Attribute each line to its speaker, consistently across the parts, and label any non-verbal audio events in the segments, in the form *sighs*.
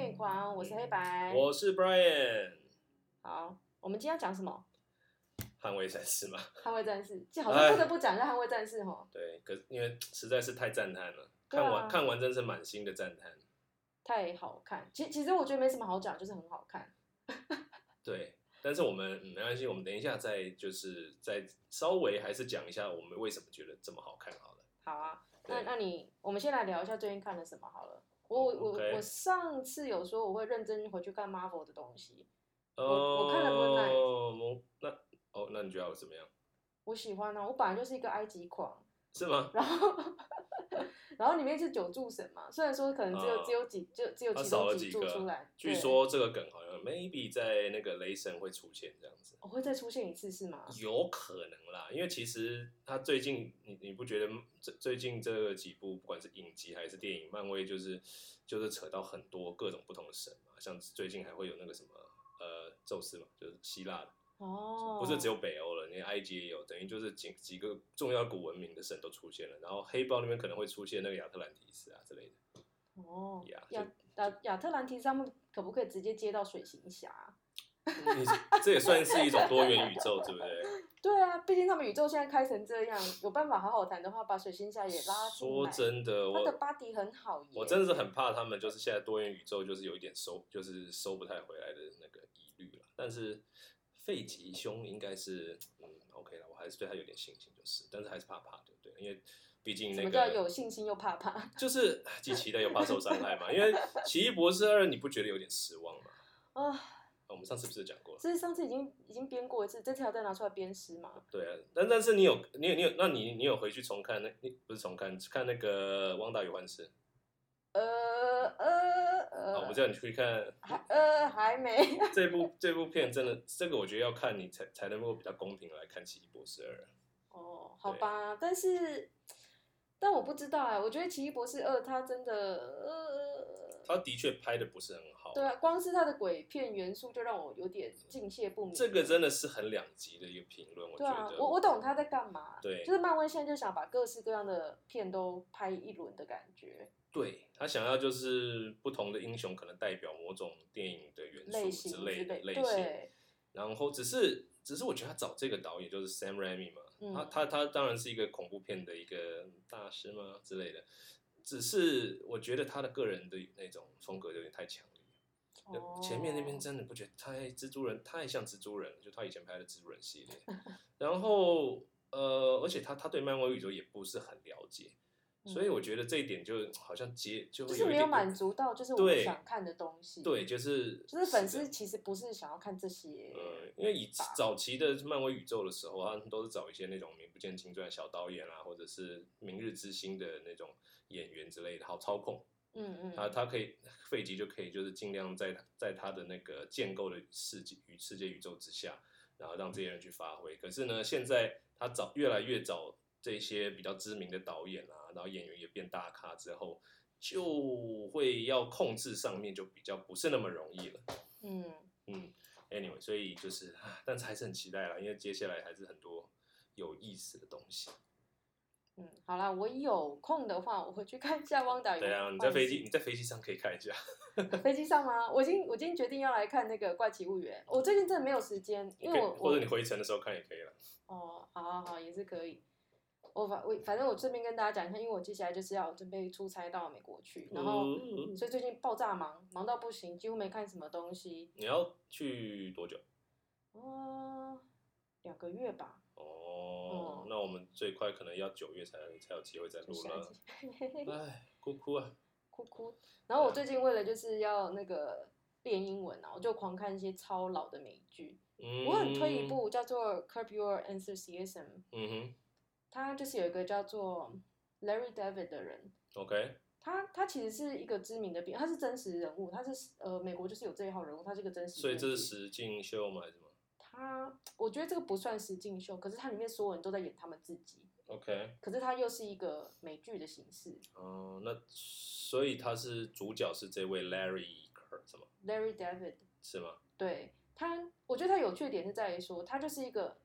Speaker 1: 是黑白。
Speaker 2: 我是 Brian，
Speaker 1: 好，我们今天要讲什么？
Speaker 2: 捍卫战士嘛。 *laughs*
Speaker 1: 捍卫战士，这好
Speaker 2: 哎
Speaker 1: 像不得不讲一下捍卫战士吼，
Speaker 2: 对，可是因为实在是太赞叹了，
Speaker 1: 对啊
Speaker 2: 看完看完真是满心的赞叹。
Speaker 1: 太好看。其其实我觉得没什么好讲，就是很好看。
Speaker 2: 对，但是我们、嗯没关系，我们等一下再就是再稍微还是讲一下我们为什么觉得这么好看好了。
Speaker 1: 好啊，那
Speaker 2: 对哦
Speaker 1: 那你我们先来聊一下最近看了什么好了。我我我
Speaker 2: OK
Speaker 1: 我上次有说我会认真回去看 Marvel 的东西，我
Speaker 2: 哦，
Speaker 1: 我看了 Moonlight
Speaker 2: 我那哦，那你觉得我怎么样？
Speaker 1: 我喜欢啊，我本来就是一个埃及狂，
Speaker 2: 是吗？
Speaker 1: 然后 *laughs* 然后里面是九柱神嘛，虽然说可能只有、
Speaker 2: 啊
Speaker 1: 只有几就只有
Speaker 2: 啊
Speaker 1: 其
Speaker 2: 少
Speaker 1: 中
Speaker 2: 了
Speaker 1: 几
Speaker 2: 几
Speaker 1: 柱
Speaker 2: 个
Speaker 1: 出来，
Speaker 2: 据
Speaker 1: 对
Speaker 2: 说这个梗好像 maybe 在那个雷神会出现这样子。
Speaker 1: 我会再出现一次是吗？
Speaker 2: 有可能啦，因为其实他最近，你你不觉得最最近这几部，不管是影集还是电影，漫威就是就是扯到很多各种不同的神嘛，像最近还会有那个什么呃宙斯嘛，就是希腊的，
Speaker 1: 哦，
Speaker 2: 不是只有北欧了，连埃及也有，等于就是几几个重要古文明的神都出现了，然后黑豹那边可能会出现那个亚特兰提斯啊之类的，
Speaker 1: 哦，
Speaker 2: 呀
Speaker 1: 亚亚亚特兰提斯他们可不可以直接接到水行侠啊？
Speaker 2: 你这也算是一种多元宇宙，对不对？
Speaker 1: 对啊，毕竟他们宇宙现在开成这样，有办法好好谈的话，把水行侠也拉进
Speaker 2: 说
Speaker 1: 来。
Speaker 2: 真的，
Speaker 1: 他
Speaker 2: 我
Speaker 1: 的 body 很好耶，
Speaker 2: 我真的是很怕他们，就是现在多元宇宙就是有一点收，就是收不太回来的那个疑虑了。但是费吉兄应该是嗯 OK 了，我还是对他有点信心，就是，但是还是怕怕，对不对？因为毕竟
Speaker 1: 什
Speaker 2: 那
Speaker 1: 么叫
Speaker 2: 个
Speaker 1: 有信心又怕怕？
Speaker 2: 就是唉既期待又怕受伤害嘛。因为奇异博士二，你不觉得有点失望吗？
Speaker 1: 啊，
Speaker 2: 啊我们上次不是讲过了？
Speaker 1: 这是上次已经已经编过一次，这次还要再拿出来编诗嘛？
Speaker 2: 对啊，但但是你有你有你有，那你你有回去重看那你不是重看看那个《汪大与幻视》
Speaker 1: 呃呃
Speaker 2: 啊？我
Speaker 1: 呃，
Speaker 2: 叫你去看
Speaker 1: 还呃还没，
Speaker 2: 这部这部片真的，这个我觉得要看你才才能够比较公平地来看《奇异博士二》。
Speaker 1: 哦，好吧，但是但我不知道哎、我觉得《奇异博士二》它真的呃。
Speaker 2: 他的确拍的不是很好，
Speaker 1: 对啊，光是它的鬼片元素就让我有点敬谢不明。
Speaker 2: 这个真的是很两极的一个评论，我
Speaker 1: 对啊
Speaker 2: 觉，得。
Speaker 1: 我我懂他在干嘛。
Speaker 2: 对
Speaker 1: 就是漫威现在就想把各式各样的片都拍一轮的感觉。
Speaker 2: 对他想要就是不同的英雄可能代表某种电影的元
Speaker 1: 类
Speaker 2: 素
Speaker 1: 型
Speaker 2: 之
Speaker 1: 之
Speaker 2: 类的类型，
Speaker 1: 对，
Speaker 2: 然后只是只是我觉得他找这个导演就是 Sam Raimi 嘛，
Speaker 1: 嗯
Speaker 2: 他他他当然是一个恐怖片的一个大师嘛之类的，只是我觉得他的个人的那种风格有点太强烈了。
Speaker 1: 哦
Speaker 2: 前面那边真的不觉得太蜘蛛人太像蜘蛛人了，就他以前拍的蜘蛛人系列， *laughs* 然后呃，而且他他对漫威宇宙也不是很了解，
Speaker 1: 嗯
Speaker 2: 所以我觉得这一点就好像结就
Speaker 1: 就
Speaker 2: 会
Speaker 1: 是
Speaker 2: 一
Speaker 1: 没有
Speaker 2: 点
Speaker 1: 满足到就是我们
Speaker 2: 对
Speaker 1: 想看的东西。，
Speaker 2: 对，就是
Speaker 1: 就是粉
Speaker 2: 是
Speaker 1: 丝
Speaker 2: 的
Speaker 1: 其实不是想要看这些。
Speaker 2: 呃，因为以早期的漫威宇宙的时候，他们都是找一些那种名不见经传的小导演啊，或者是明日之星的那种演员之类的，好操控。
Speaker 1: 嗯
Speaker 2: 他
Speaker 1: 嗯，
Speaker 2: 他可以费吉就可以就是尽量在在他的那个建构的世界与世界宇宙之下，然后让这些人去发挥。可是呢，现在他找越来越找这些比较知名的导演啊，然后演员也变大咖之后，就会要控制上面就比较不是那么容易了。
Speaker 1: 嗯，
Speaker 2: 嗯，anyway，所以就是，啊但是还是很期待啦，因为接下来还是很多有意思的东西。
Speaker 1: 嗯，好啦，我有空的话，我会去看一下《汪达与呃
Speaker 2: 对啊，你在飞机你在飞机上可以看一下。
Speaker 1: 飞机上吗？我已经我已经决定要来看那个《怪奇物语》了，我最近真的没有时间，因为
Speaker 2: 可以
Speaker 1: 我
Speaker 2: 或者
Speaker 1: 我
Speaker 2: 你回程的时候看也可以了。
Speaker 1: 哦，好好好，也是可以。我反我反正我顺便跟大家讲一下，因为我接下来就是要准备出差到美国去，然后、
Speaker 2: 嗯
Speaker 1: 所以最近爆炸忙，忙到不行，几乎没看什么东西。
Speaker 2: 你要去多久？
Speaker 1: 呃，两个月吧，
Speaker 2: 哦，
Speaker 1: 嗯
Speaker 2: 那我们最快可能要九月才才有机会再
Speaker 1: 就
Speaker 2: 录
Speaker 1: 下一
Speaker 2: 了。
Speaker 1: 集
Speaker 2: 哎，哭哭啊！
Speaker 1: 哭哭。然后我最近为了就是要那个练英文啊，我就狂看一些超老的美剧。
Speaker 2: 嗯，
Speaker 1: 我很推一，部叫做《Curb Your Enthusiasm》，
Speaker 2: 嗯哼
Speaker 1: 他就是有一个叫做 Larry David 的人，
Speaker 2: ，OK，
Speaker 1: 他他其实是一个知名的编，他是真实人物，他是呃美国就是有这一号人物，他是个真实。
Speaker 2: 所以这是实境秀吗？还是什么
Speaker 1: 他，我觉得这个不算实境秀，可是它里面所有人都在演他们自己，
Speaker 2: ？OK，
Speaker 1: 可是它又是一个美剧的形式。
Speaker 2: 哦，那所以他是主角是这位 Larry Kerr 什么？
Speaker 1: Larry David，
Speaker 2: 是吗？
Speaker 1: 对他，我觉得他有趣的点是在于说，他就是一个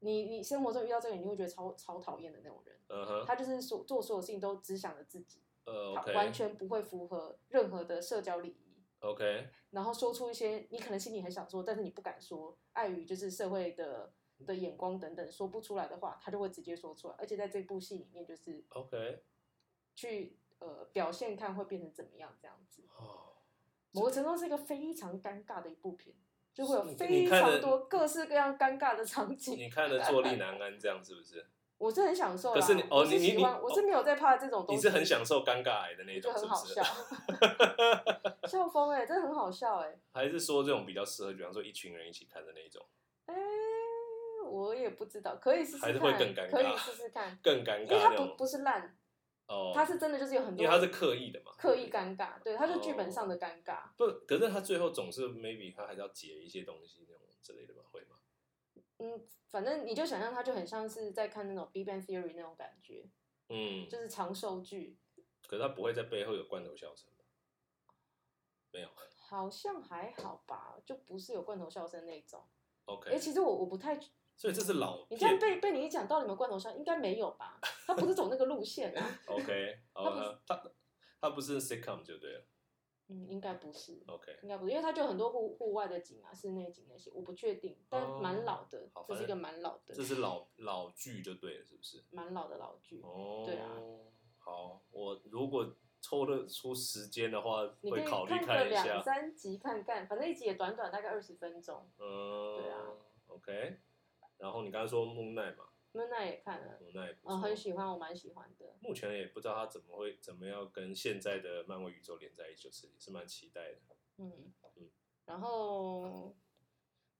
Speaker 1: 你你生活中遇到这个，你会觉得超超讨厌的那种人。
Speaker 2: 嗯哼，
Speaker 1: 他就是所做所有事情都只想着自己，
Speaker 2: 呃
Speaker 1: 他
Speaker 2: ，OK，
Speaker 1: 完全不会符合任何的社交礼仪。
Speaker 2: OK，
Speaker 1: 然后说出一些你可能心里很想说，但是你不敢说，碍于就是社会的的眼光等等，说不出来的话，他就会直接说出来。而且在这部戏里面，就是
Speaker 2: OK，
Speaker 1: 去呃表现看会变成怎么样这样子。
Speaker 2: 哦，
Speaker 1: 某个程度是一个非常尴尬的一部片，就会有
Speaker 2: 是你
Speaker 1: 非
Speaker 2: 你看
Speaker 1: 常
Speaker 2: 的
Speaker 1: 多各式各样尴尬的场景。
Speaker 2: 你看了坐立难安，这样是不是？
Speaker 1: 我是很享受啦，
Speaker 2: 可是你哦
Speaker 1: 啊我是
Speaker 2: 你你
Speaker 1: 喜欢
Speaker 2: 你哦
Speaker 1: 我是没有在怕这种东西，
Speaker 2: 你是很享受尴尬癌的那
Speaker 1: 就
Speaker 2: 种，是
Speaker 1: 很
Speaker 2: 不
Speaker 1: 好
Speaker 2: 是
Speaker 1: 笑？，笑 *laughs* 疯哎、欸，真的很好笑哎、欸，
Speaker 2: 还是说这种比较适合，比方说一群人一起看的那种，
Speaker 1: 哎、我也不知道，可以试试看，
Speaker 2: 还是会更尴尬
Speaker 1: 可以试试看，
Speaker 2: 更尴
Speaker 1: 因
Speaker 2: 尬
Speaker 1: 为它
Speaker 2: 那
Speaker 1: 不
Speaker 2: 种？
Speaker 1: 不是烂，
Speaker 2: 哦，
Speaker 1: 它是真的就是有很
Speaker 2: 因为
Speaker 1: 多
Speaker 2: 他是刻意的嘛，
Speaker 1: 刻意尴尬，对，它就剧本上的尴尬。
Speaker 2: 不，可是他最后总是 maybe 他还是要解一些东西那种之类的吧，会吗？
Speaker 1: 嗯，反正你就想象它就很像是在看那种《Big Bang Theory》那种感觉，
Speaker 2: 嗯，
Speaker 1: 就是长寿剧，
Speaker 2: 可是他不会在背后有罐头笑声吧？没有
Speaker 1: 好像还好吧，就不是有罐头笑声那种。哎、
Speaker 2: ，OK，
Speaker 1: 其实我我不太，
Speaker 2: 所以这是老
Speaker 1: 你这样被
Speaker 2: 片
Speaker 1: 被你一讲到你们罐头笑，应该没有吧？他不是走那个路线
Speaker 2: *laughs*
Speaker 1: 啊， *laughs*
Speaker 2: ，OK，好，他他他不是 sitcom 就对了
Speaker 1: 嗯，应该不是，
Speaker 2: ，OK，
Speaker 1: 应该不是，因为他就有很多户户外的景啊，室内景那些，我不确定，但
Speaker 2: 哦
Speaker 1: 蛮老的，
Speaker 2: 好
Speaker 1: 这
Speaker 2: 反
Speaker 1: 是一个
Speaker 2: 正
Speaker 1: 蛮老的
Speaker 2: 这，是老老剧就对了，是不是？
Speaker 1: 蛮老的老剧。
Speaker 2: 哦，
Speaker 1: 对啊，
Speaker 2: 好，我如果抽得出时间的话，
Speaker 1: 你可
Speaker 2: 会
Speaker 1: 以
Speaker 2: 考虑
Speaker 1: 看个
Speaker 2: 看一
Speaker 1: 两
Speaker 2: 下，
Speaker 1: 三集看看，反正一集也短短，大概二十分钟。
Speaker 2: 嗯，
Speaker 1: 对啊
Speaker 2: ，OK，然后你刚才说木奈嘛，
Speaker 1: 那那也看了，
Speaker 2: 木奈也不
Speaker 1: 嗯，很
Speaker 2: 错。
Speaker 1: 喜欢，我蛮喜欢的。
Speaker 2: 目前也不知道他怎么会怎么样跟现在的漫威宇宙连在一起，就是也是蛮期待的。
Speaker 1: 嗯
Speaker 2: 嗯，
Speaker 1: 然后，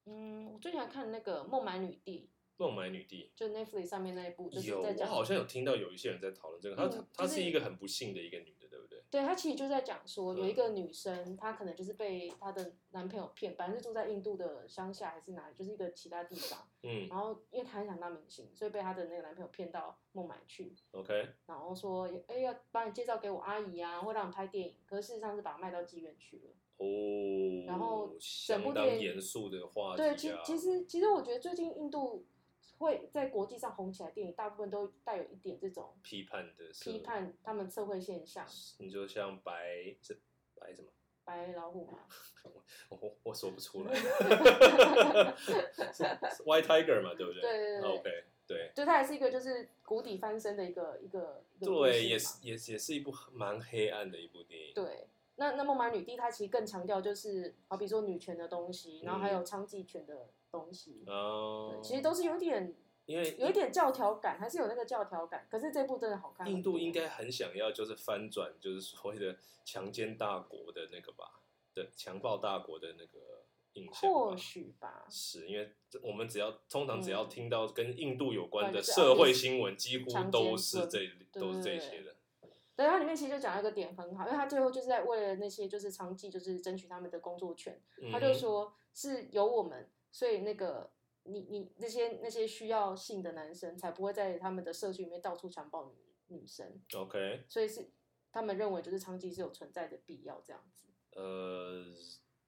Speaker 1: 嗯，我最喜欢看那个《孟买女帝
Speaker 2: 孟买女帝》，
Speaker 1: 就 Netflix 上面那一部，就是
Speaker 2: 有，
Speaker 1: 在
Speaker 2: 我
Speaker 1: 讲，
Speaker 2: 好像有听到有一些人在讨论这个，她
Speaker 1: 嗯
Speaker 2: 她
Speaker 1: 就是
Speaker 2: 是一个很不幸的一个女的，对不对？
Speaker 1: 对，她其实就在讲说，有一
Speaker 2: 嗯
Speaker 1: 个女生，她可能就是被她的男朋友骗，本来是住在印度的乡下还是哪里，就是一个其他地方，
Speaker 2: 嗯
Speaker 1: 然后因为她很想当明星，所以被她的那个男朋友骗到孟买去，
Speaker 2: ，OK，
Speaker 1: 然后说，哎，要把你介绍给我阿姨啊，会让你拍电影，可是事实上是把她卖到妓院去了。
Speaker 2: 哦，
Speaker 1: 然后整部
Speaker 2: 相当
Speaker 1: 电影
Speaker 2: 严肃的话题啊，
Speaker 1: 对，其其实其实我觉得最近印度会在国际上红起来，电影大部分都带有一点这种
Speaker 2: 批判的是
Speaker 1: 批，判他们社会现象，
Speaker 2: 你就像白是白什么？ *laughs*
Speaker 1: 白老虎嘛，
Speaker 2: 我我说不
Speaker 1: *laughs*
Speaker 2: 出来是是，White Tiger 嘛，对不对？
Speaker 1: 对对对对
Speaker 2: o k 对
Speaker 1: 就它还是一个就是谷底翻身的一个一个一个故事
Speaker 2: 对，也
Speaker 1: 嘛
Speaker 2: 是也是也是一部蛮黑暗的一部电影。
Speaker 1: 对。那那《孟买女帝》它其实更强调就是好比说女权的东西，然后还有娼妓权的东西，
Speaker 2: 嗯哦
Speaker 1: 对，，其实都是有点
Speaker 2: 因为
Speaker 1: 有一点教条感，还是有那个教条感。可是这部真的好看很多，
Speaker 2: 印度应该很想要就是翻转，就是所谓的强奸大国的那个吧，的强暴大国的那个印象吧
Speaker 1: 或。许吧，
Speaker 2: 是因为这我们只要通常只要
Speaker 1: 嗯
Speaker 2: 听到跟印度有关
Speaker 1: 对
Speaker 2: 的
Speaker 1: 就是
Speaker 2: 社
Speaker 1: 哦
Speaker 2: 会
Speaker 1: 也是
Speaker 2: 新闻，几乎
Speaker 1: 强
Speaker 2: 都
Speaker 1: 奸
Speaker 2: 是
Speaker 1: 论
Speaker 2: 这都
Speaker 1: 对
Speaker 2: 是这
Speaker 1: 对
Speaker 2: 些的。
Speaker 1: 对，它里面其实就讲到一个点很好，因为他最后就是在为了那些就是娼妓，就是争取他们的工作权，
Speaker 2: 嗯
Speaker 1: 他就
Speaker 2: 哼
Speaker 1: 说是有我们，所以那个你你那些那些需要性的男生才不会在他们的社区里面到处强暴女女生，
Speaker 2: 嗯 OK，
Speaker 1: 所以是他们认为就是娼妓是有存在的必要这样子。
Speaker 2: 呃，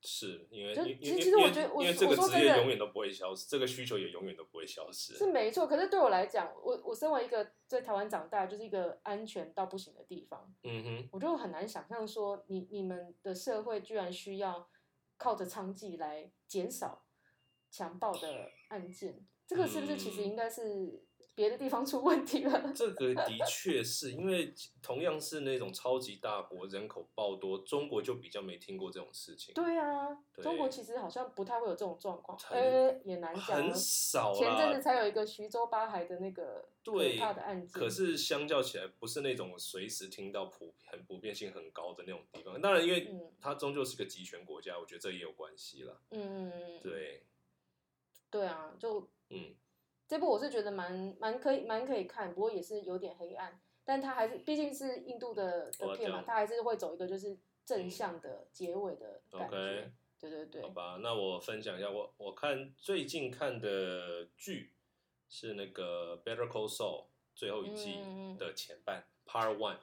Speaker 2: 是因为
Speaker 1: 就
Speaker 2: 因
Speaker 1: 其
Speaker 2: 因
Speaker 1: 实其实
Speaker 2: 因
Speaker 1: 我
Speaker 2: 为
Speaker 1: 觉得我
Speaker 2: 因为
Speaker 1: 是
Speaker 2: 这
Speaker 1: 我
Speaker 2: 个
Speaker 1: 说
Speaker 2: 职
Speaker 1: 真
Speaker 2: 业
Speaker 1: 的
Speaker 2: 永远都不会消失，这个需求也永远都不会消失。
Speaker 1: 是没错，可是对我来讲，我我身为一个在台湾长大，就是一个安全到不行的地方，
Speaker 2: 嗯哼，
Speaker 1: 我就很难想象说你你们的社会居然需要靠着娼妓来减少强暴的案件，这个是不是其实
Speaker 2: 嗯
Speaker 1: 应该是别的地方出问题了？ *laughs*
Speaker 2: 这个的确是因为同样是那种超级大国，人口爆多，中国就比较没听过这种事情，
Speaker 1: 对啊，中国
Speaker 2: 对
Speaker 1: 其实好像不太会有这种状况，
Speaker 2: 很
Speaker 1: 呃，也难讲啊
Speaker 2: 很。少
Speaker 1: 前阵子
Speaker 2: 啦。
Speaker 1: 才有一个徐州八孩的那个可
Speaker 2: 对
Speaker 1: 怕的案件，
Speaker 2: 可是相较起来，不是那种我随时听到普很普遍性很高的那种地方。当然，因为
Speaker 1: 嗯
Speaker 2: 它终究是个集权国家，我觉得这也有关系啦。
Speaker 1: 嗯，
Speaker 2: 对，
Speaker 1: 对啊，就
Speaker 2: 嗯，
Speaker 1: 这部我是觉得蛮蛮可以蛮可以看，不过也是有点黑暗，但它还是毕竟是印度的的
Speaker 2: 我要
Speaker 1: 片嘛
Speaker 2: 讲，
Speaker 1: 它还是会走一个就是正向的结尾的感觉。
Speaker 2: 嗯 OK
Speaker 1: 对对对
Speaker 2: 好，吧，那我分享一下，我我看最近看的剧是那个《Better Call Saul》最后一季
Speaker 1: 嗯嗯嗯
Speaker 2: 的前半、Part One，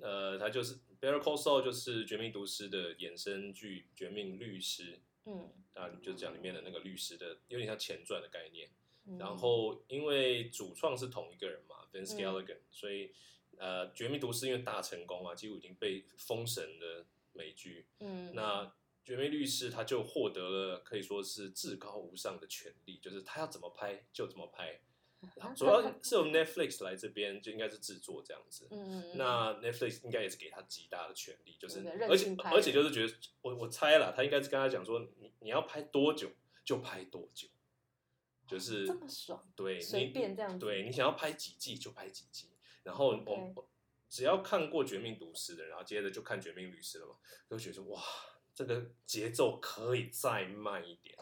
Speaker 2: 呃，它就是《Better Call Saul》就是《绝命毒师》的衍生剧《绝命律师》
Speaker 1: 嗯，
Speaker 2: 啊，就讲里面的那个律师的，有点像前传的概念。
Speaker 1: 嗯
Speaker 2: 然后因为主创是同一个人嘛，Vince
Speaker 1: 嗯
Speaker 2: Gilligan，、所以呃，《绝命毒师》因为大成功啊，几乎已经被封神的美剧。
Speaker 1: 嗯，
Speaker 2: 那绝美律师他就获得了可以说是至高无上的权利，就是他要怎么拍就怎么拍，
Speaker 1: 嗯
Speaker 2: 主要是由 Netflix 来这边就应该是制作这样子。
Speaker 1: 嗯，
Speaker 2: 那 Netflix 应该也是给他极大的权利，就是
Speaker 1: 对的
Speaker 2: 而
Speaker 1: 任
Speaker 2: 且
Speaker 1: 性拍
Speaker 2: 而且就是觉得我我猜了，他应该是跟他讲说，你你要拍多久就拍多久，就是
Speaker 1: 这么爽，
Speaker 2: 对，
Speaker 1: 随
Speaker 2: 你
Speaker 1: 便这样子
Speaker 2: 对你想要拍几季就拍几季，然后我
Speaker 1: OK
Speaker 2: 我只要看过《绝命毒师》的，然后接着就看《绝命律师》了嘛，都觉得说哇，这个节奏可以再慢一点，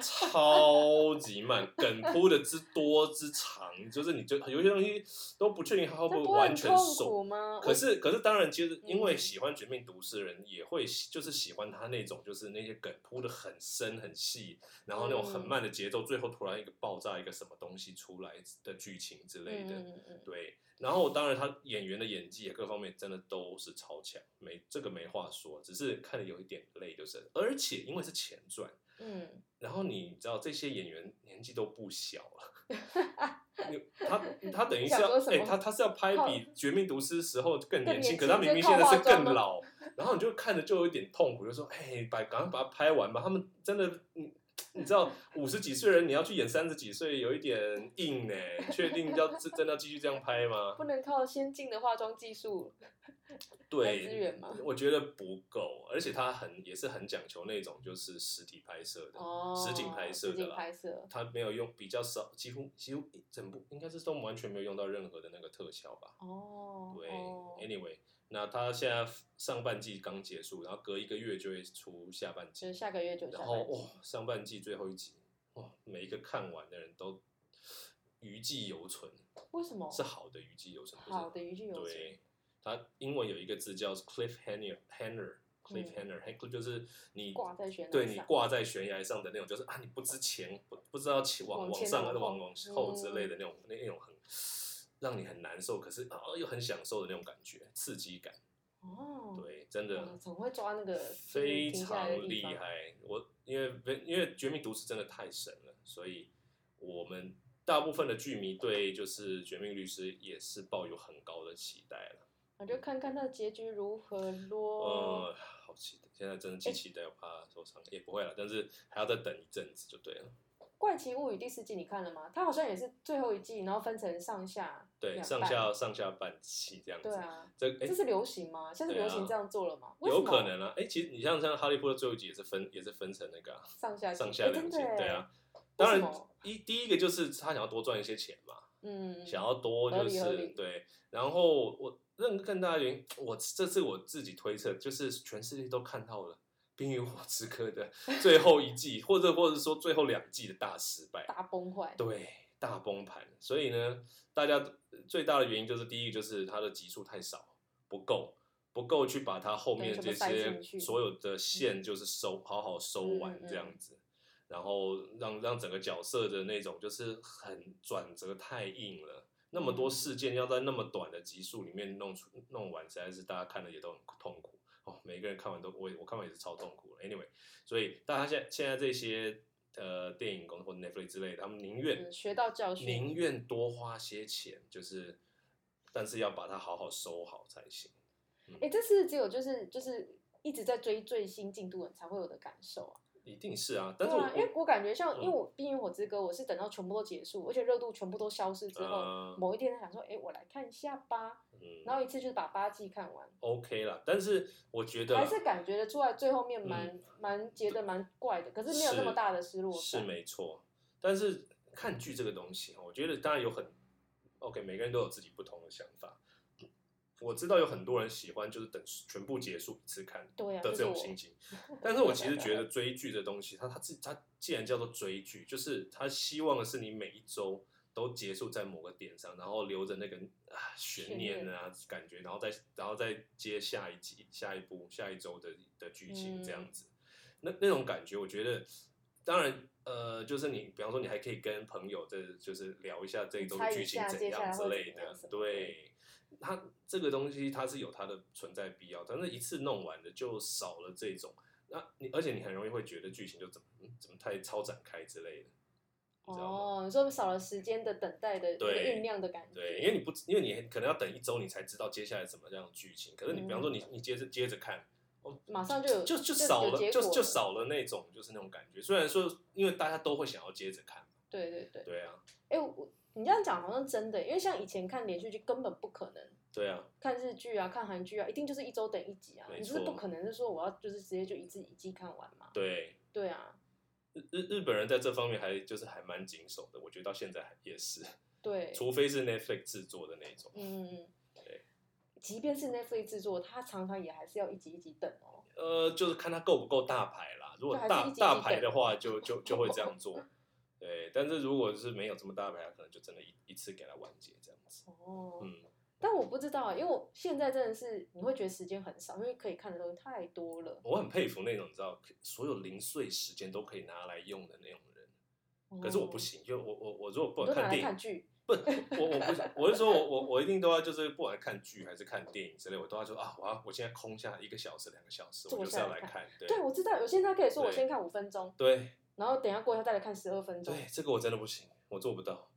Speaker 2: 超级
Speaker 1: *laughs*
Speaker 2: 慢，梗铺的之多之长，就是你就有些东西都不确定它会
Speaker 1: 这
Speaker 2: 不
Speaker 1: 不
Speaker 2: 会
Speaker 1: 会很
Speaker 2: 完全
Speaker 1: 痛苦
Speaker 2: 熟。
Speaker 1: 吗？
Speaker 2: 可是，可是，当然，其实因为
Speaker 1: 嗯
Speaker 2: 喜欢《绝命毒师》的人也会喜，就是喜欢他那种，就是那些梗铺的很深很细，然后那种很
Speaker 1: 嗯
Speaker 2: 慢的节奏，最后突然一个爆炸，一个什么东西出来的剧情之
Speaker 1: 我
Speaker 2: 类的。
Speaker 1: 嗯嗯
Speaker 2: 对，然后当然他演员的演技啊各方面真的都是超强，没这个没话说，只是看的有一点累，就是而且因为是前传，
Speaker 1: 嗯
Speaker 2: 然后你知道这些演员年纪都不小了。
Speaker 1: *laughs*
Speaker 2: 你他他等于是要
Speaker 1: 想说什
Speaker 2: 哎、
Speaker 1: 么
Speaker 2: 他他是要拍比
Speaker 1: 靠
Speaker 2: 《绝命毒师》时候
Speaker 1: 更
Speaker 2: 更年轻，
Speaker 1: 年
Speaker 2: 可是他
Speaker 1: 轻
Speaker 2: 明明
Speaker 1: 这
Speaker 2: 现在
Speaker 1: 靠
Speaker 2: 是
Speaker 1: 化妆
Speaker 2: 更
Speaker 1: 吗
Speaker 2: 老，然后你就看着就有一点痛苦，就说：“哎，把赶快把它拍完吧。”他们真的，你你知道，五十几岁人你要去演三十几岁，有一点硬呢、确定要真真的要继续这样拍吗
Speaker 1: 嗯，不？能靠先进的化妆技术来资
Speaker 2: 对，
Speaker 1: 源吗？
Speaker 2: 我觉得不够，而且他很也是很讲求那种就是实体拍摄的，
Speaker 1: 哦，
Speaker 2: 实景拍摄的
Speaker 1: 实景
Speaker 2: 啦
Speaker 1: 拍摄，
Speaker 2: 他没有用比较少，几乎几乎整部应该是都完全没有用到任何的那个特效吧。
Speaker 1: 哦，
Speaker 2: 对
Speaker 1: 哦
Speaker 2: ，anyway，那他现在上半季刚结束，然后隔一个月就会出下半
Speaker 1: 就
Speaker 2: 季
Speaker 1: 是，下个月就下
Speaker 2: 然后
Speaker 1: 半
Speaker 2: 哇
Speaker 1: 季，
Speaker 2: 上半季最后一集，哇，每一个看完的人都余悸犹存，
Speaker 1: 为什么？
Speaker 2: 是好的余悸犹存，不是
Speaker 1: 好的，余句有情，
Speaker 2: 对，它英文有一个字叫 cliffhanger，hanger，cliffhanger，、hanger 就是你
Speaker 1: 嗯挂在悬崖
Speaker 2: 对你
Speaker 1: 上
Speaker 2: 挂在悬崖上的那种，就是啊，你不知前不不知道前往
Speaker 1: 往
Speaker 2: 往
Speaker 1: 前
Speaker 2: 上还
Speaker 1: 往
Speaker 2: 是往
Speaker 1: 后嗯
Speaker 2: 往后之类的那种、那那种很让你很难受，可是啊又很享受的那种感觉，刺激感，
Speaker 1: 哦，
Speaker 2: 对，真的。
Speaker 1: 哇，怎么会抓那个
Speaker 2: 非
Speaker 1: 停下来的
Speaker 2: 常
Speaker 1: 地
Speaker 2: 厉
Speaker 1: 方？
Speaker 2: 害。我因为因为《绝命毒师》真的太神了，所以我们大部分的剧迷对就是《绝命律师》也是抱有很高的期待了。
Speaker 1: 我就看看他的结局如何咯。
Speaker 2: 呃，好期待，现在真的极期待，我怕受伤也不会了，但是还要再等一阵子就对了。
Speaker 1: 怪奇物语》第四季你看了吗？它好像也是最后一季，然后分成上下
Speaker 2: 对，
Speaker 1: 两
Speaker 2: 上
Speaker 1: 半
Speaker 2: 下上下半期这样子。
Speaker 1: 对啊，
Speaker 2: 这哎
Speaker 1: 这是流行吗？现在
Speaker 2: 对啊
Speaker 1: 流行这样做了吗？为什
Speaker 2: 有
Speaker 1: 么
Speaker 2: 可能啊，哎、其实你像像《哈利波特》最后一集也是分也是分成那个啊、
Speaker 1: 上下集
Speaker 2: 上下
Speaker 1: 哎
Speaker 2: 两
Speaker 1: 真
Speaker 2: 集，
Speaker 1: 的耶
Speaker 2: 对啊。
Speaker 1: 为
Speaker 2: 当
Speaker 1: 什
Speaker 2: 然
Speaker 1: 么，
Speaker 2: 一第一个就是他想要多赚一些钱嘛，
Speaker 1: 嗯，
Speaker 2: 想要多
Speaker 1: 合
Speaker 2: 就
Speaker 1: 理合理
Speaker 2: 是对，然后我认更大的原因，我这次我自己推测，就是全世界都看到了《冰与火之歌》的最后一季，或者或者说最后两季的大失败，
Speaker 1: 大崩坏，
Speaker 2: 对，大崩盘。所以呢，大家呃最大的原因就是第一个就是它的集数太少，不够。不够去把它后
Speaker 1: 对
Speaker 2: 面
Speaker 1: 全
Speaker 2: 这
Speaker 1: 部塞进
Speaker 2: 些
Speaker 1: 去
Speaker 2: 所有的线就是收好好收完
Speaker 1: 嗯嗯
Speaker 2: 这样子，然后让让整个角色的那种就是很转折太硬了，那么多
Speaker 1: 嗯
Speaker 2: 事件要在那么短的集数里面弄出弄完，实在是大家看的也都很痛苦哦。每个人看完都我也我看完也是超痛苦的。Anyway，所以大家现在现在这些呃电影公司或 Netflix 之类的，他们宁愿
Speaker 1: 嗯，学到教训，
Speaker 2: 宁愿多花些钱，就是但是要把它好好收好才行。
Speaker 1: 哎、这是只有就是就是一直在追最新进度的人才会有的感受啊。
Speaker 2: 一定是啊，但
Speaker 1: 对
Speaker 2: 是我、
Speaker 1: 啊，因为我感觉像，
Speaker 2: 嗯
Speaker 1: 因为我《冰与火之歌》，我是等到全部都结束，而且热度全部都消失之后，
Speaker 2: 嗯
Speaker 1: 某一天才想说，哎、我来看一下吧。
Speaker 2: 嗯
Speaker 1: 然后一次就是把八季看完，
Speaker 2: OK 啦，但是我觉得啦
Speaker 1: 还是感觉得出来最后面蛮蛮、觉得蛮怪的，可是没有那么大的失落感。
Speaker 2: 嗯是没错，但是看剧这个东西，哦我觉得当然有很 OK，每个人都有自己不同的想法。我知道有很多人喜欢就是等全部结束一次看
Speaker 1: 对呀、
Speaker 2: 的
Speaker 1: 就是
Speaker 2: 这
Speaker 1: 我 *laughs*
Speaker 2: 种心情，但是我其实觉得追剧的东西，它它自它既然叫做追剧，就是它希望的是你每一周都结束在某个点上，然后留着那个啊悬
Speaker 1: 悬
Speaker 2: 念啊感觉，然后再然后再接下一集、下一部、下一周的的剧情这样
Speaker 1: 嗯
Speaker 2: 子。那那种感觉，我觉得，当然，呃，就是你，比方说，你还可以跟朋友，这就是聊一下这一周
Speaker 1: 猜一
Speaker 2: 剧情
Speaker 1: 下
Speaker 2: 怎
Speaker 1: 接下
Speaker 2: 样
Speaker 1: 来
Speaker 2: 之
Speaker 1: 会
Speaker 2: 类
Speaker 1: 怎么样
Speaker 2: 的。
Speaker 1: 什么的
Speaker 2: 对，它这个东西它是有它的存在必要，但是一次弄完的就少了这种。那你而且你很容易会觉得剧情就怎么、嗯怎么太超展开之类的，你知道
Speaker 1: 哦，
Speaker 2: 吗？
Speaker 1: 你说少了时间的等待的那个
Speaker 2: 对
Speaker 1: 酝酿的感觉，
Speaker 2: 对，因为你不知，因为你可能要等一周，你才知道接下来怎么样的剧情。可是你，比方说你，你接着接着看，哦
Speaker 1: 马上嗯就有
Speaker 2: 就
Speaker 1: 就
Speaker 2: 就
Speaker 1: 有
Speaker 2: 少了，
Speaker 1: 结
Speaker 2: 就
Speaker 1: 果
Speaker 2: 就少了那种就是那种感觉。虽然说，因为大家都会想要接着看，
Speaker 1: 对对对，
Speaker 2: 对啊，
Speaker 1: 哎、我你这样讲好像真的，因为像以前看连续剧根本不可能。
Speaker 2: 对啊，
Speaker 1: 看日剧啊，看韩剧啊，一定就是一周等一集啊，
Speaker 2: 没
Speaker 1: 你就是
Speaker 2: 错
Speaker 1: 不可能是说我要就是直接就一季一季看完嘛。
Speaker 2: 对。
Speaker 1: 对啊，
Speaker 2: 日日日本人在这方面还就是还蛮谨守的，我觉得到现在还也是，
Speaker 1: 对，
Speaker 2: 除非是 Netflix 制作的那种，
Speaker 1: 嗯，
Speaker 2: 对，
Speaker 1: 即便是 Netflix 制作，它常常也还是要一集一集等哦。
Speaker 2: 呃，就是看它够不够大牌啦。如果
Speaker 1: 就还是
Speaker 2: 大
Speaker 1: 一集一集
Speaker 2: 大牌的话，就就就会这样做，对。但是如果是没有这么大牌，可能就真的一一次给它完结这样子，
Speaker 1: 哦，
Speaker 2: 嗯，
Speaker 1: 但我不知道啊，因为我现在真的是你会觉得时间很少，因为可以看的东西太多了。
Speaker 2: 我很佩服那种你知道所有零碎时间都可以拿来用的那种人。
Speaker 1: 哦
Speaker 2: 可是我不，行，就我我我如果不
Speaker 1: 我
Speaker 2: 管
Speaker 1: 都拿
Speaker 2: 看
Speaker 1: 来
Speaker 2: 电
Speaker 1: 看
Speaker 2: 影，
Speaker 1: 剧。
Speaker 2: 不，我我不是，我是说我我我一定都要就是不管看剧还是看电影之类，我都要说啊，我要我现在空下一个小时两个小时，我
Speaker 1: 坐
Speaker 2: 就是
Speaker 1: 下
Speaker 2: 要
Speaker 1: 来
Speaker 2: 来
Speaker 1: 看
Speaker 2: 看，对
Speaker 1: 对，我知道，有些人他可以说我
Speaker 2: 对
Speaker 1: 先看五分钟，
Speaker 2: 对
Speaker 1: 然后等一下过一下再来看十二分钟。
Speaker 2: 对，这个我真的不行，我做不到。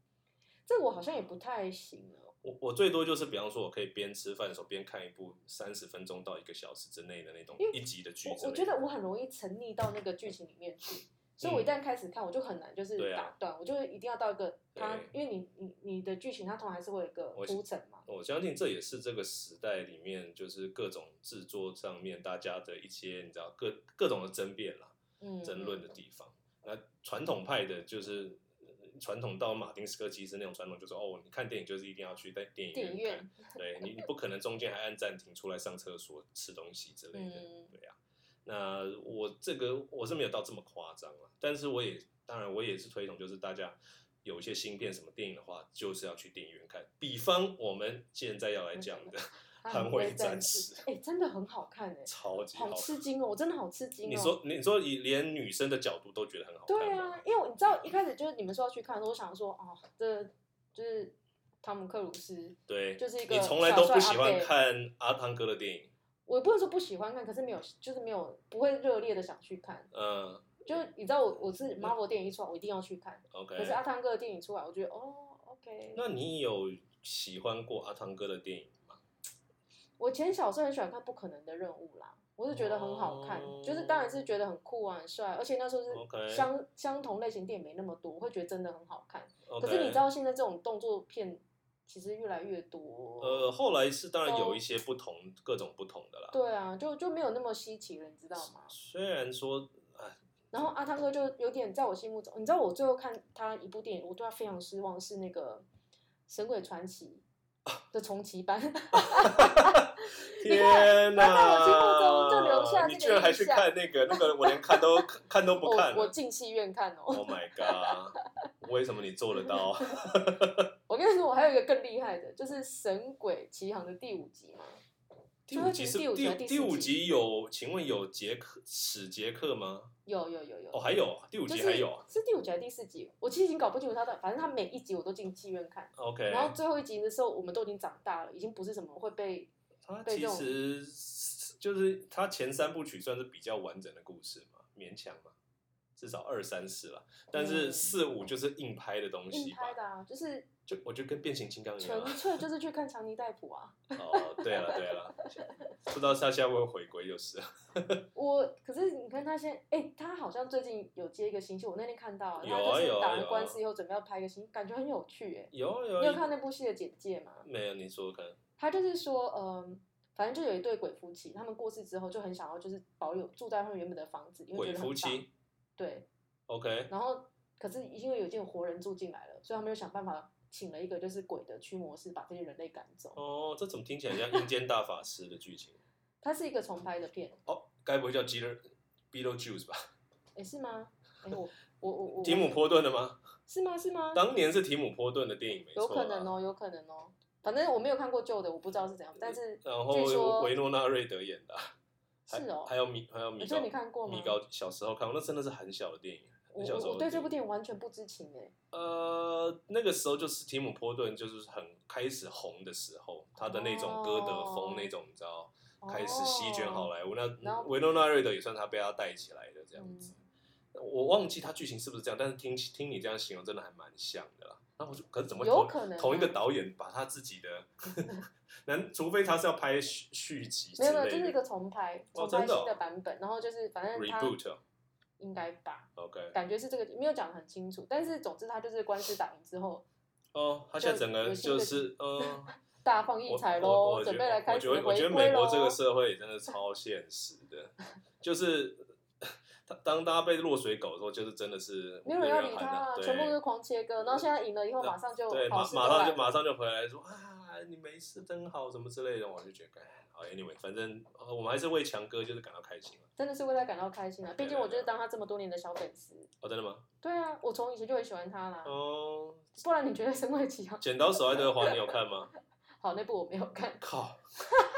Speaker 1: 这我好像也不太行了。
Speaker 2: 我我最多就是，比方说，我可以边吃饭的时候边看一部三十分钟到一个小时之内的那种
Speaker 1: 因为
Speaker 2: 一集的剧之
Speaker 1: 我
Speaker 2: 类
Speaker 1: 我觉
Speaker 2: 的
Speaker 1: 得我很容易沉溺到那个剧情里面去，所以我一旦开始看，我就很难就是
Speaker 2: 嗯对啊
Speaker 1: 打断，我就一定要到一个它
Speaker 2: 对，
Speaker 1: 因为你你你的剧情它通常还是会有一个
Speaker 2: 我
Speaker 1: 铺陈嘛，
Speaker 2: 我相信这也是这个时代里面，就是各种制作上面大家的一些你知道各各种的争辩啦。
Speaker 1: 嗯，
Speaker 2: 争论的地方。那传统派的就是呃传统到马丁斯科其实那种传统，就是哦，你看电影就是一定要去在电
Speaker 1: 电
Speaker 2: 影
Speaker 1: 影
Speaker 2: 院
Speaker 1: 院
Speaker 2: 看，，对你你不可能中间还按暂停出来上厕所、吃东西之类的，
Speaker 1: 嗯
Speaker 2: 对啊。那我这个我是没有到这么夸张了，但是我也当然我也是推崇，就是大家。有一些新片什么电影的话，就是要去电影院看。比方我们现在要来讲的《 *laughs*
Speaker 1: 它
Speaker 2: 捍
Speaker 1: 很
Speaker 2: 卫
Speaker 1: 会
Speaker 2: 战
Speaker 1: 战
Speaker 2: 士》，
Speaker 1: 哎、真的很好看哎、
Speaker 2: 超级好
Speaker 1: 好
Speaker 2: 看。
Speaker 1: 吃惊哦，我真的好吃惊哦。
Speaker 2: 你说你说以连女生的角度都觉得很好看
Speaker 1: 对
Speaker 2: 吗
Speaker 1: 啊，因为我你知道一开始就是你们说要去看的时候，我想说哦，这就是汤姆克鲁斯，
Speaker 2: 对，
Speaker 1: 就是一个
Speaker 2: 你从来都不喜欢
Speaker 1: 小帅阿伯
Speaker 2: 看阿汤哥的电影，
Speaker 1: 我也不能说不喜欢看，可是没有就是没有不会热烈的想去看，
Speaker 2: 嗯
Speaker 1: 就是你知道我我是 Marvel 电影一出来，我一定要去看。
Speaker 2: ，OK
Speaker 1: 可。是阿汤哥的电影出来，我觉得哦，OK。
Speaker 2: 那你有喜欢过阿汤哥的电影吗？
Speaker 1: 我以前小时候很喜欢看《不可能的任务》啦，我是觉得很好看，
Speaker 2: 哦
Speaker 1: 就是当然是觉得很酷啊，很帅，而且那时候
Speaker 2: OK
Speaker 1: 是相相同类型电影没那么多，我会觉得真的很好看。
Speaker 2: o
Speaker 1: 可
Speaker 2: k
Speaker 1: 是你知，道现在这种动作片其实越来越多，
Speaker 2: 呃，后来是当然有一些不同，各种不同的啦。
Speaker 1: 哦对啊，就就没有那么稀奇了，你知道吗？
Speaker 2: 虽然说，哎，
Speaker 1: 然后阿汤哥就有点在我心目中，你知道我最后看他一部电影，我对他非常失望，是那个《神鬼传
Speaker 2: *laughs*
Speaker 1: 奇》的重启版。
Speaker 2: 天哪！
Speaker 1: 他在我心目中就留下这个
Speaker 2: 你居然还去
Speaker 1: 印象哦
Speaker 2: 看那个那个，我
Speaker 1: *laughs*
Speaker 2: 连看都看看都不看
Speaker 1: 我我
Speaker 2: 了。
Speaker 1: 进戏院看哦。 *laughs*
Speaker 2: Oh my god！为什么你做得到？
Speaker 1: 我跟你说，我还有一个更厉害的，就是《神鬼奇航》的第五集嘛。
Speaker 2: 第
Speaker 1: 就
Speaker 2: 五
Speaker 1: 会
Speaker 2: 集
Speaker 1: 觉得第五
Speaker 2: 是
Speaker 1: 集还是
Speaker 2: 第
Speaker 1: 第
Speaker 2: 第
Speaker 1: 四
Speaker 2: 五
Speaker 1: 集
Speaker 2: 集有，请问有杰克史杰克吗？
Speaker 1: 有有有有。
Speaker 2: 哦，还有啊第五
Speaker 1: 就
Speaker 2: 集
Speaker 1: 是
Speaker 2: 还有啊
Speaker 1: 是第五集还是第四集？我其实已经搞不清楚他的，反正他每一集我都进戏院看。
Speaker 2: ，OK。
Speaker 1: 然后最后一集的时候，我们都已经长大了，已经不是什么会被
Speaker 2: 它
Speaker 1: 被
Speaker 2: 其
Speaker 1: 这种
Speaker 2: 实是就是它前三部曲算是比较完整的故事嘛，勉强嘛，至少二三四啦。但是
Speaker 1: 嗯
Speaker 2: 四五就是硬拍的东
Speaker 1: 硬
Speaker 2: 西
Speaker 1: 拍
Speaker 2: 吧，
Speaker 1: 的啊，就是
Speaker 2: 就我就跟变形金刚一样
Speaker 1: 纯
Speaker 2: 啊。
Speaker 1: 粹就是去看强尼戴普啊。
Speaker 2: 哦，对了对了，不知道他现在会不会回归，就是了
Speaker 1: 我可是你看他现在，哎、他好像最近有接一个新戏，我那天看到啊，
Speaker 2: 有啊
Speaker 1: 他就
Speaker 2: 有
Speaker 1: 是
Speaker 2: 啊
Speaker 1: 打
Speaker 2: 有
Speaker 1: 完
Speaker 2: 啊
Speaker 1: 官司以后准备要拍一个新，感觉很有趣哎、
Speaker 2: 有有
Speaker 1: 你有看那部戏的简介吗？
Speaker 2: 没有？你说看，
Speaker 1: 他就是说，嗯，反正就有一对鬼夫妻，他们过世之后就很想要就是保有住在他们原本的房子，因为
Speaker 2: 鬼
Speaker 1: 觉得很
Speaker 2: 夫
Speaker 1: 棒
Speaker 2: 妻
Speaker 1: 对，
Speaker 2: ，OK，
Speaker 1: 然后可是因为有一件活人住进来了，所以他们就想办法请了一个就是鬼的驱魔师把这些人类赶走。
Speaker 2: 哦，这怎么听起来像阴间大法师的剧情？
Speaker 1: 它是一个重拍的片，
Speaker 2: 哦，该不会叫 Beetle Beetlejuice 吧？
Speaker 1: 哎是吗？哎我我我我
Speaker 2: 提姆波顿的吗？
Speaker 1: 是吗是吗？
Speaker 2: 当年是提姆波顿的电影，没错
Speaker 1: 有
Speaker 2: 啊。
Speaker 1: 可能哦，有可能哦。反正我没有看过旧的，我不知道是怎样，
Speaker 2: 呃
Speaker 1: 但是
Speaker 2: 然
Speaker 1: 据
Speaker 2: 后
Speaker 1: 说
Speaker 2: 维诺纳瑞德演的啊、还
Speaker 1: 是哦
Speaker 2: 还有米，还有米
Speaker 1: 你说
Speaker 2: 高，
Speaker 1: 你看过吗
Speaker 2: 米？高小时候看过，那真的是很小的电影，
Speaker 1: 我
Speaker 2: 很小时
Speaker 1: 我
Speaker 2: 候
Speaker 1: 我
Speaker 2: 的
Speaker 1: 对这部
Speaker 2: 电
Speaker 1: 电
Speaker 2: 影。
Speaker 1: 影完全不知情哎。
Speaker 2: 呃，那个时候就是提姆波顿就是很开始红的时候，他的那种歌德风
Speaker 1: 哦
Speaker 2: 那种，你知道，开始席卷好
Speaker 1: 了。
Speaker 2: 莱坞。
Speaker 1: 然
Speaker 2: 那
Speaker 1: 后
Speaker 2: 维诺纳瑞德也算他被他带起来的这样子。
Speaker 1: 嗯
Speaker 2: 我忘记他剧情是不是这样，但是听听你这样形容，真的还蛮像的啦。那我就可是怎么会
Speaker 1: 有
Speaker 2: 同
Speaker 1: 可能啊
Speaker 2: 同一个导演把他自己的， *laughs* 难除非他是要拍续续集之
Speaker 1: 没
Speaker 2: 类
Speaker 1: 有
Speaker 2: 的，
Speaker 1: 没有，就是一个重拍，
Speaker 2: 哦
Speaker 1: 重拍
Speaker 2: 真的哦
Speaker 1: 新的版本，然后就是反正他
Speaker 2: reboot 哦
Speaker 1: 应该吧，
Speaker 2: OK
Speaker 1: 感觉是这个没有讲得很清楚，但是总之他就是官司打赢之后
Speaker 2: 哦，他现在整个
Speaker 1: 就有新
Speaker 2: 就
Speaker 1: 的
Speaker 2: 是
Speaker 1: *laughs*
Speaker 2: 嗯。
Speaker 1: 大放
Speaker 2: 我
Speaker 1: 异彩
Speaker 2: 我
Speaker 1: 喽，
Speaker 2: 我
Speaker 1: 准
Speaker 2: 觉
Speaker 1: 备
Speaker 2: 得
Speaker 1: 来开
Speaker 2: 我
Speaker 1: 始
Speaker 2: 觉得我觉
Speaker 1: 回
Speaker 2: 得美
Speaker 1: 归喽
Speaker 2: 国。这个社会真的超现实的， *laughs* 就是 *laughs* 他当大家被落水狗的时候，就是真的是
Speaker 1: 没有人要理
Speaker 2: 喊
Speaker 1: 他
Speaker 2: 啊
Speaker 1: 啊，
Speaker 2: 对
Speaker 1: 全部都是狂切割，然后现在赢了以后，马上就
Speaker 2: 对，马
Speaker 1: 好事都
Speaker 2: 马上
Speaker 1: 来
Speaker 2: 就
Speaker 1: 了。
Speaker 2: 马上就回来说啊，你没事真好，什么之类的，我就觉得，哎，好，anyway，反正呃我们还是为强哥就是感到开心了。
Speaker 1: 真的是为他感到开心啊！
Speaker 2: 对
Speaker 1: 毕竟我
Speaker 2: 对
Speaker 1: 就是
Speaker 2: 对
Speaker 1: 当他这么多年的小粉丝。
Speaker 2: 哦，真的吗？
Speaker 1: 对啊，我从以前就很喜欢他啦，
Speaker 2: 哦，
Speaker 1: 不然你觉得身为奇啊？
Speaker 2: 剪刀手爱德华，你有看
Speaker 1: *laughs*
Speaker 2: 吗？
Speaker 1: 好，那部我没有看，
Speaker 2: 靠，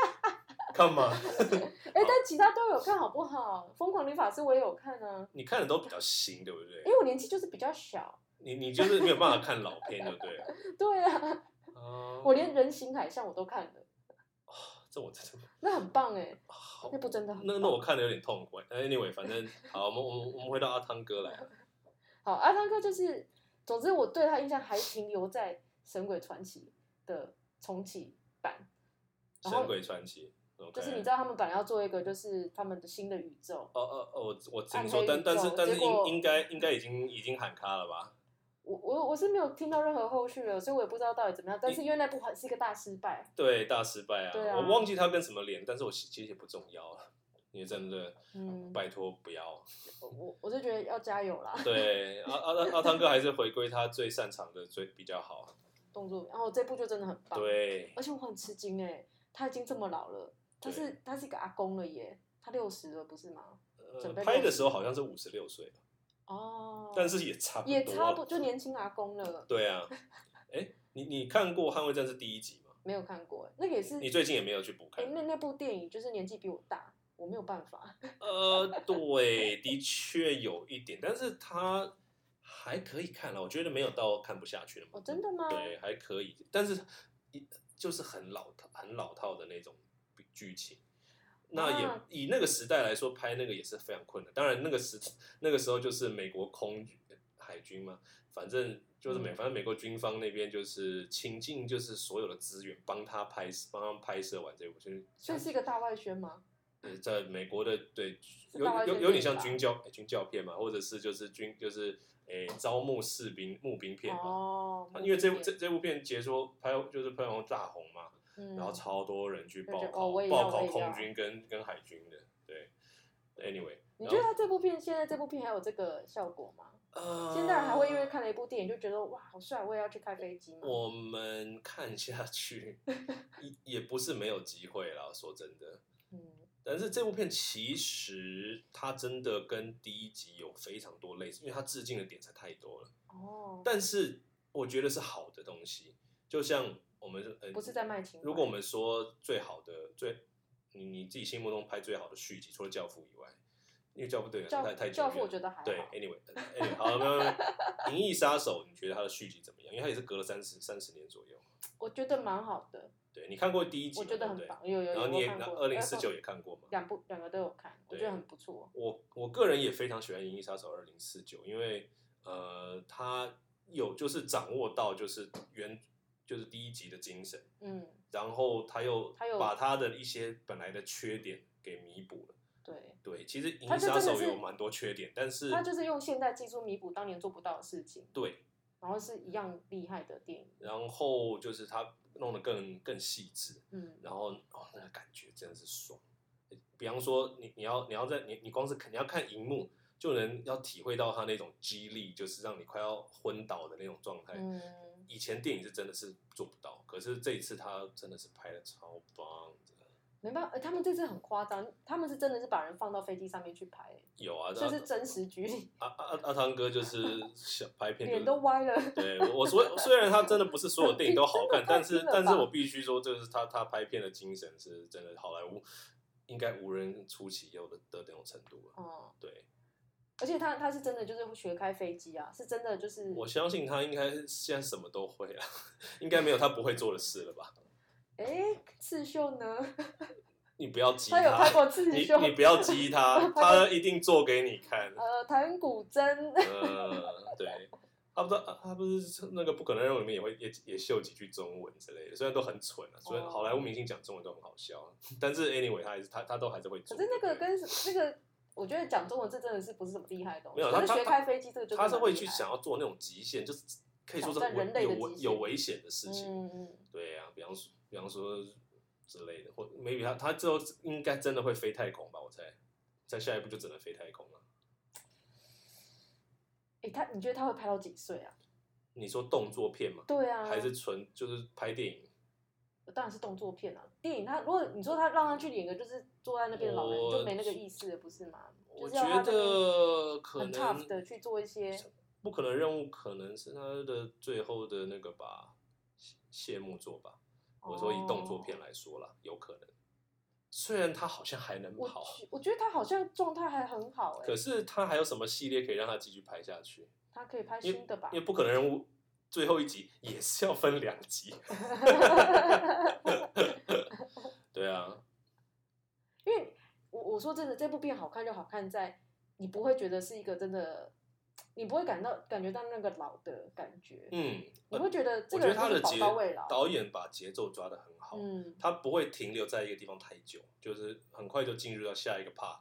Speaker 2: *laughs* 干嘛？
Speaker 1: 哎、但其他都有看好不好？《疯狂理发师》我也有看啊，
Speaker 2: *laughs* 你看的都比较新，对不对
Speaker 1: 因？为我年纪就是比较小。
Speaker 2: 你你就是没有办法看老片，对
Speaker 1: *laughs*
Speaker 2: 不对？
Speaker 1: 对啊，
Speaker 2: 哦，
Speaker 1: *laughs* 我连《人形海象》我都看了，
Speaker 2: 这我真的
Speaker 1: 那很棒哎、
Speaker 2: 好
Speaker 1: 那部真的很
Speaker 2: 哦那
Speaker 1: 棒。
Speaker 2: 那我看的有点痛苦。Anyway，反正好，我们我们我们回到阿汤哥来。啊
Speaker 1: 好，阿汤哥就是，总之我对他印象还停留在《神鬼传奇》的重启版，
Speaker 2: 《
Speaker 1: 然后
Speaker 2: 神鬼传奇》OK，
Speaker 1: 就是你知道他们本来要做一个就是他们的新的宇宙，
Speaker 2: 哦哦哦，我我只
Speaker 1: 暗
Speaker 2: 能
Speaker 1: 黑
Speaker 2: 说，但
Speaker 1: 宇
Speaker 2: 但
Speaker 1: 宙
Speaker 2: 是但是
Speaker 1: 结
Speaker 2: 应
Speaker 1: 果
Speaker 2: 应该应该已经已经喊卡了吧？
Speaker 1: 我我我是没有听到任何后续了，所以我也不知道到底怎么样。但是因为那部还是一个大失败，
Speaker 2: 对，大失败啊！
Speaker 1: 对啊
Speaker 2: 我忘记他跟什么连，但是我其其实也不重要了。你真的，
Speaker 1: 嗯，
Speaker 2: 拜托不要。
Speaker 1: 我我是觉得要加油啦，
Speaker 2: 对，阿阿阿阿汤哥还是回归他最擅长的，最比较好。
Speaker 1: 动作。然后这部就真的很棒，
Speaker 2: 对，
Speaker 1: 而且我很吃惊哎、他已经这么老了，他是他是一个阿公了耶，他六十了不是吗？
Speaker 2: 呃
Speaker 1: 准备
Speaker 2: 拍的
Speaker 1: 六
Speaker 2: 时候好像是五十六岁，
Speaker 1: 哦，
Speaker 2: 但是也差不多。啊
Speaker 1: 也差不就年轻阿公了，
Speaker 2: 对啊，哎，你你看过《捍卫战士》第一集吗？
Speaker 1: 没有看过、欸，那个也是
Speaker 2: 你最近也没有去补
Speaker 1: 哎、
Speaker 2: 看？
Speaker 1: 那那部电影就是年纪比我大，我没有办法，
Speaker 2: 呃，对，的确有一点，但是它还可以看了，我觉得没有到看不下去了嘛。
Speaker 1: 哦真的吗
Speaker 2: 对，还可以，但是一就是很老套、很老套的那种剧情。那也、
Speaker 1: 啊
Speaker 2: 以那个时代来说，拍那个也是非常困难。当然，那个时那个时候就是美国空军海军嘛，反正就是美，
Speaker 1: 嗯
Speaker 2: 反正美国军方那边就是倾尽就是所有的资源帮他拍，帮他拍摄完这部，就是
Speaker 1: 所以是一个大外宣吗？
Speaker 2: 呃，在美国的对，
Speaker 1: 是
Speaker 2: 有
Speaker 1: 大外宣
Speaker 2: 有有
Speaker 1: 电
Speaker 2: 点像
Speaker 1: 影吧
Speaker 2: 军教、诶军教片嘛，或者是就是军就是诶、招募士兵募兵片嘛。
Speaker 1: 哦，
Speaker 2: 因为这
Speaker 1: 部
Speaker 2: 部这这部片解说拍就是拍完大红嘛，
Speaker 1: 嗯
Speaker 2: 然后超多人去
Speaker 1: 就
Speaker 2: 报
Speaker 1: 觉得
Speaker 2: 考、
Speaker 1: 哦我也要
Speaker 2: 报考
Speaker 1: 我也
Speaker 2: 空
Speaker 1: 要
Speaker 2: 军跟跟海军的，对。Anyway，
Speaker 1: 你
Speaker 2: 然
Speaker 1: 觉得
Speaker 2: 后
Speaker 1: 他这部片现在这部片还有这个效果吗？
Speaker 2: 呃，
Speaker 1: 现在人还会因为看了一部电影就觉得哇好帅，我也要去开飞机吗？
Speaker 2: 我们看下去，也也不是没有机会啦，说真的。
Speaker 1: 嗯，
Speaker 2: 但是这部片其实它真的跟第一集有非常多类似，因为它致敬的点才太多了。
Speaker 1: 哦，
Speaker 2: 但是我觉得是好的东西，就像我们呃，
Speaker 1: 不是在卖情怀。
Speaker 2: 如果我们说最好的最你你自己心目中拍最好的续集，除了《教父》以外，因为《教父》对
Speaker 1: 教
Speaker 2: 太太久
Speaker 1: 教父，
Speaker 2: 远
Speaker 1: 我觉得还好。
Speaker 2: 对，anyway，呃 anyway，好，没有没有，《银翼杀手》你觉得它的续集怎么样？因为它也是隔了三十三十年左右。
Speaker 1: 我觉得蛮好的，
Speaker 2: 对你看过第一集
Speaker 1: 我
Speaker 2: 嘛，
Speaker 1: 觉得
Speaker 2: 对
Speaker 1: 很
Speaker 2: 不对
Speaker 1: 棒。有有
Speaker 2: 然
Speaker 1: 有，
Speaker 2: 后你
Speaker 1: 我
Speaker 2: 也
Speaker 1: 看
Speaker 2: 那
Speaker 1: 过。
Speaker 2: 二零四九
Speaker 1: 呃
Speaker 2: 也看过嘛？
Speaker 1: 两部两个都有看，我
Speaker 2: 对
Speaker 1: 觉得很不错。
Speaker 2: 我我个人也非常喜欢《银翼杀手二零四九》，因为呃，它有就是掌握到就是原就是第一集的精神，
Speaker 1: 嗯，
Speaker 2: 然后他又
Speaker 1: 它有
Speaker 2: 把他的一些本来的缺点给弥补了。
Speaker 1: 对，
Speaker 2: 对，其实《银
Speaker 1: 它
Speaker 2: 翼
Speaker 1: 就
Speaker 2: 杀手
Speaker 1: 真》的是
Speaker 2: 有蛮多缺点，但是
Speaker 1: 他就是用现代技术弥补当年做不到的事情，
Speaker 2: 对，
Speaker 1: 然后是一样厉害的电影。
Speaker 2: 然后就是他弄得更更细致，
Speaker 1: 嗯，
Speaker 2: 然后哦，那个感觉真的是爽。比方说你，你要你要在你你光是你要看荧幕，就能要体会到他那种激励，就是让你快要昏倒的那种状态。
Speaker 1: 嗯，
Speaker 2: 以前电影是真的是做不到，可是这一次他真的是拍的超棒的。
Speaker 1: 没办法，呃他们这次很夸张，他们是真的是把人放到飞机上面去拍，
Speaker 2: 有啊，
Speaker 1: 所以是真实举例，
Speaker 2: 阿阿阿阿汤哥就是小拍片、就是，
Speaker 1: 脸都歪了。
Speaker 2: 对我我所虽然他真的不是所有电影都好看，
Speaker 1: 真的太
Speaker 2: 但是
Speaker 1: 真了吧
Speaker 2: 但是我必须说，就是他他拍片的精神是真的好莱坞应该无人出其右的的那种程度了。
Speaker 1: *laughs* 哦、
Speaker 2: 对，
Speaker 1: 而且他他是真的就是会学开飞机啊，是真的就是，
Speaker 2: 我相信他应该现在什么都会啊， *laughs* 应该没有他不会做的事了吧？
Speaker 1: 哎、刺绣呢？
Speaker 2: 你不要激
Speaker 1: 他有拍过刺
Speaker 2: 你
Speaker 1: 绣，
Speaker 2: 你不要激
Speaker 1: *laughs*
Speaker 2: 他，他一定做给你看。
Speaker 1: 呃，弹古筝，
Speaker 2: 呃，对，他不知道，他不是那个《不可能任务》里面也会也也秀几句中文之类的，虽然都很蠢啊，虽然好莱坞明星讲中文都很好笑啊，但是 anyway 他还是他他都还是会做。
Speaker 1: 可是那
Speaker 2: 对
Speaker 1: 个
Speaker 2: 不对
Speaker 1: 跟那个，我觉得讲中文这真的是不是什么厉害的东西。
Speaker 2: 没有
Speaker 1: 可
Speaker 2: 他
Speaker 1: 是
Speaker 2: 他
Speaker 1: 学开飞机这个就
Speaker 2: 他
Speaker 1: 真
Speaker 2: 是
Speaker 1: 的
Speaker 2: 会
Speaker 1: 很厉
Speaker 2: 去
Speaker 1: 害
Speaker 2: 想要做那种极限，就是可以说是
Speaker 1: 挑战
Speaker 2: 危
Speaker 1: 人类
Speaker 2: 有
Speaker 1: 的
Speaker 2: 危
Speaker 1: 极限
Speaker 2: 有危险的事情。
Speaker 1: 嗯嗯
Speaker 2: 对呀、比方说比方说之类的，或 maybe 他他之后应该真的会飞太空吧？我猜，在下一步就只能飞太空了。
Speaker 1: 哎、他你觉得他会拍到几岁啊？
Speaker 2: 你说动作片吗？
Speaker 1: 对啊，
Speaker 2: 还是纯就是拍电影？
Speaker 1: 当然是动作片啊。电影他如果你说他让他去演一个就是坐在那边的老人，
Speaker 2: 我
Speaker 1: 就没那个意思了，不是吗？
Speaker 2: 我
Speaker 1: 就是要他
Speaker 2: 觉
Speaker 1: 在那边
Speaker 2: 得可
Speaker 1: 很 tough 的
Speaker 2: 能
Speaker 1: 去做一些，
Speaker 2: 不可能任务可能是他的最后的那个吧，谢谢幕作吧。我说以动作片
Speaker 1: 哦
Speaker 2: 来说啦，有可能。虽然他好像还能
Speaker 1: 我
Speaker 2: 跑，
Speaker 1: 去我觉得他好像状态还很好哎、
Speaker 2: 可是他还有什么系列可以让他继续拍下去？
Speaker 1: 他可以拍
Speaker 2: 因为
Speaker 1: 新的吧
Speaker 2: 因为？不可能任务最后一集也是要分两
Speaker 1: *laughs*
Speaker 2: 集。 *laughs* 对啊，
Speaker 1: 因为我我说真的，这部片好看就好看在你不会觉得是一个真的，你不会感到感觉到那个老的感觉，
Speaker 2: 嗯，
Speaker 1: 你会觉得这
Speaker 2: 我
Speaker 1: 个
Speaker 2: 觉得
Speaker 1: 人
Speaker 2: 他
Speaker 1: 就
Speaker 2: 的
Speaker 1: 是宝
Speaker 2: 节
Speaker 1: 刀未老。
Speaker 2: 导演把节奏抓得很好，
Speaker 1: 嗯，
Speaker 2: 他不会停留在一个地方太久，就是很快就进入到下一个 part，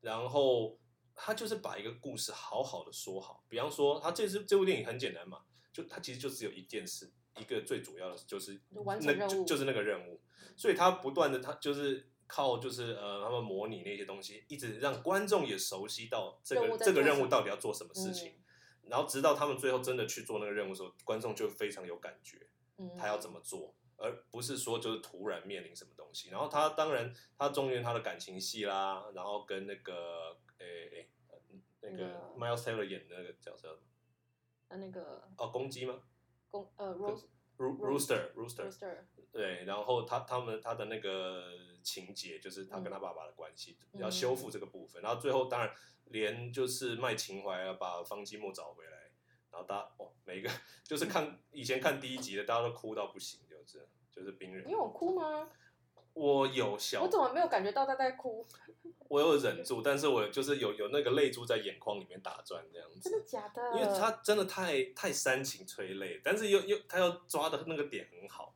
Speaker 2: 然后他就是把一个故事好好的说好。比方说，他这次这部电影很简单嘛，就他其实就只有一件事，一个最主要的就是
Speaker 1: 就完成
Speaker 2: 那
Speaker 1: 任
Speaker 2: 就
Speaker 1: 务嗯
Speaker 2: 就是那个任务，所以他不断的他就是靠就是呃他们模拟那些东西，一直让观众也熟悉到这
Speaker 1: 任务
Speaker 2: 个
Speaker 1: 在
Speaker 2: 这个
Speaker 1: 做
Speaker 2: 任
Speaker 1: 什
Speaker 2: 务
Speaker 1: 么嗯
Speaker 2: 到底要做什么事情。然后直到他们最后真的去做那个任务的时候，观众就非常有感觉，
Speaker 1: 嗯，
Speaker 2: 他要怎
Speaker 1: 么？
Speaker 2: 么做，而不是说就是突然面临什么东西。然后他当然他中间他的感情戏啦，然后跟那个诶诶呃那个
Speaker 1: 那
Speaker 2: Miles Taylor 演的那个角色
Speaker 1: 那那个
Speaker 2: 哦公鸡吗
Speaker 1: 公呃 Rose
Speaker 2: ？Roo-
Speaker 1: Rooster
Speaker 2: Rooster Rooster
Speaker 1: Rooster，
Speaker 2: 对，然后他他们他的那个情节就是他跟他爸爸的关系，
Speaker 1: 嗯
Speaker 2: 要修复这个部分，然后最后当然连就是卖情怀啊，把方季莫找回来，然后大家哦每一个 *laughs* 就是看以前看第一集的，大家都哭到不行，就是就是冰人
Speaker 1: 你，有哭吗？
Speaker 2: 我有小
Speaker 1: 我怎么没有感觉到他在哭？
Speaker 2: 我有忍住，但是我就是有有那个泪珠在眼眶里面打转这样
Speaker 1: 真的
Speaker 2: 子。
Speaker 1: 假的？
Speaker 2: 因为他真的太太煽情催泪，但是又又他要抓的那个点很好，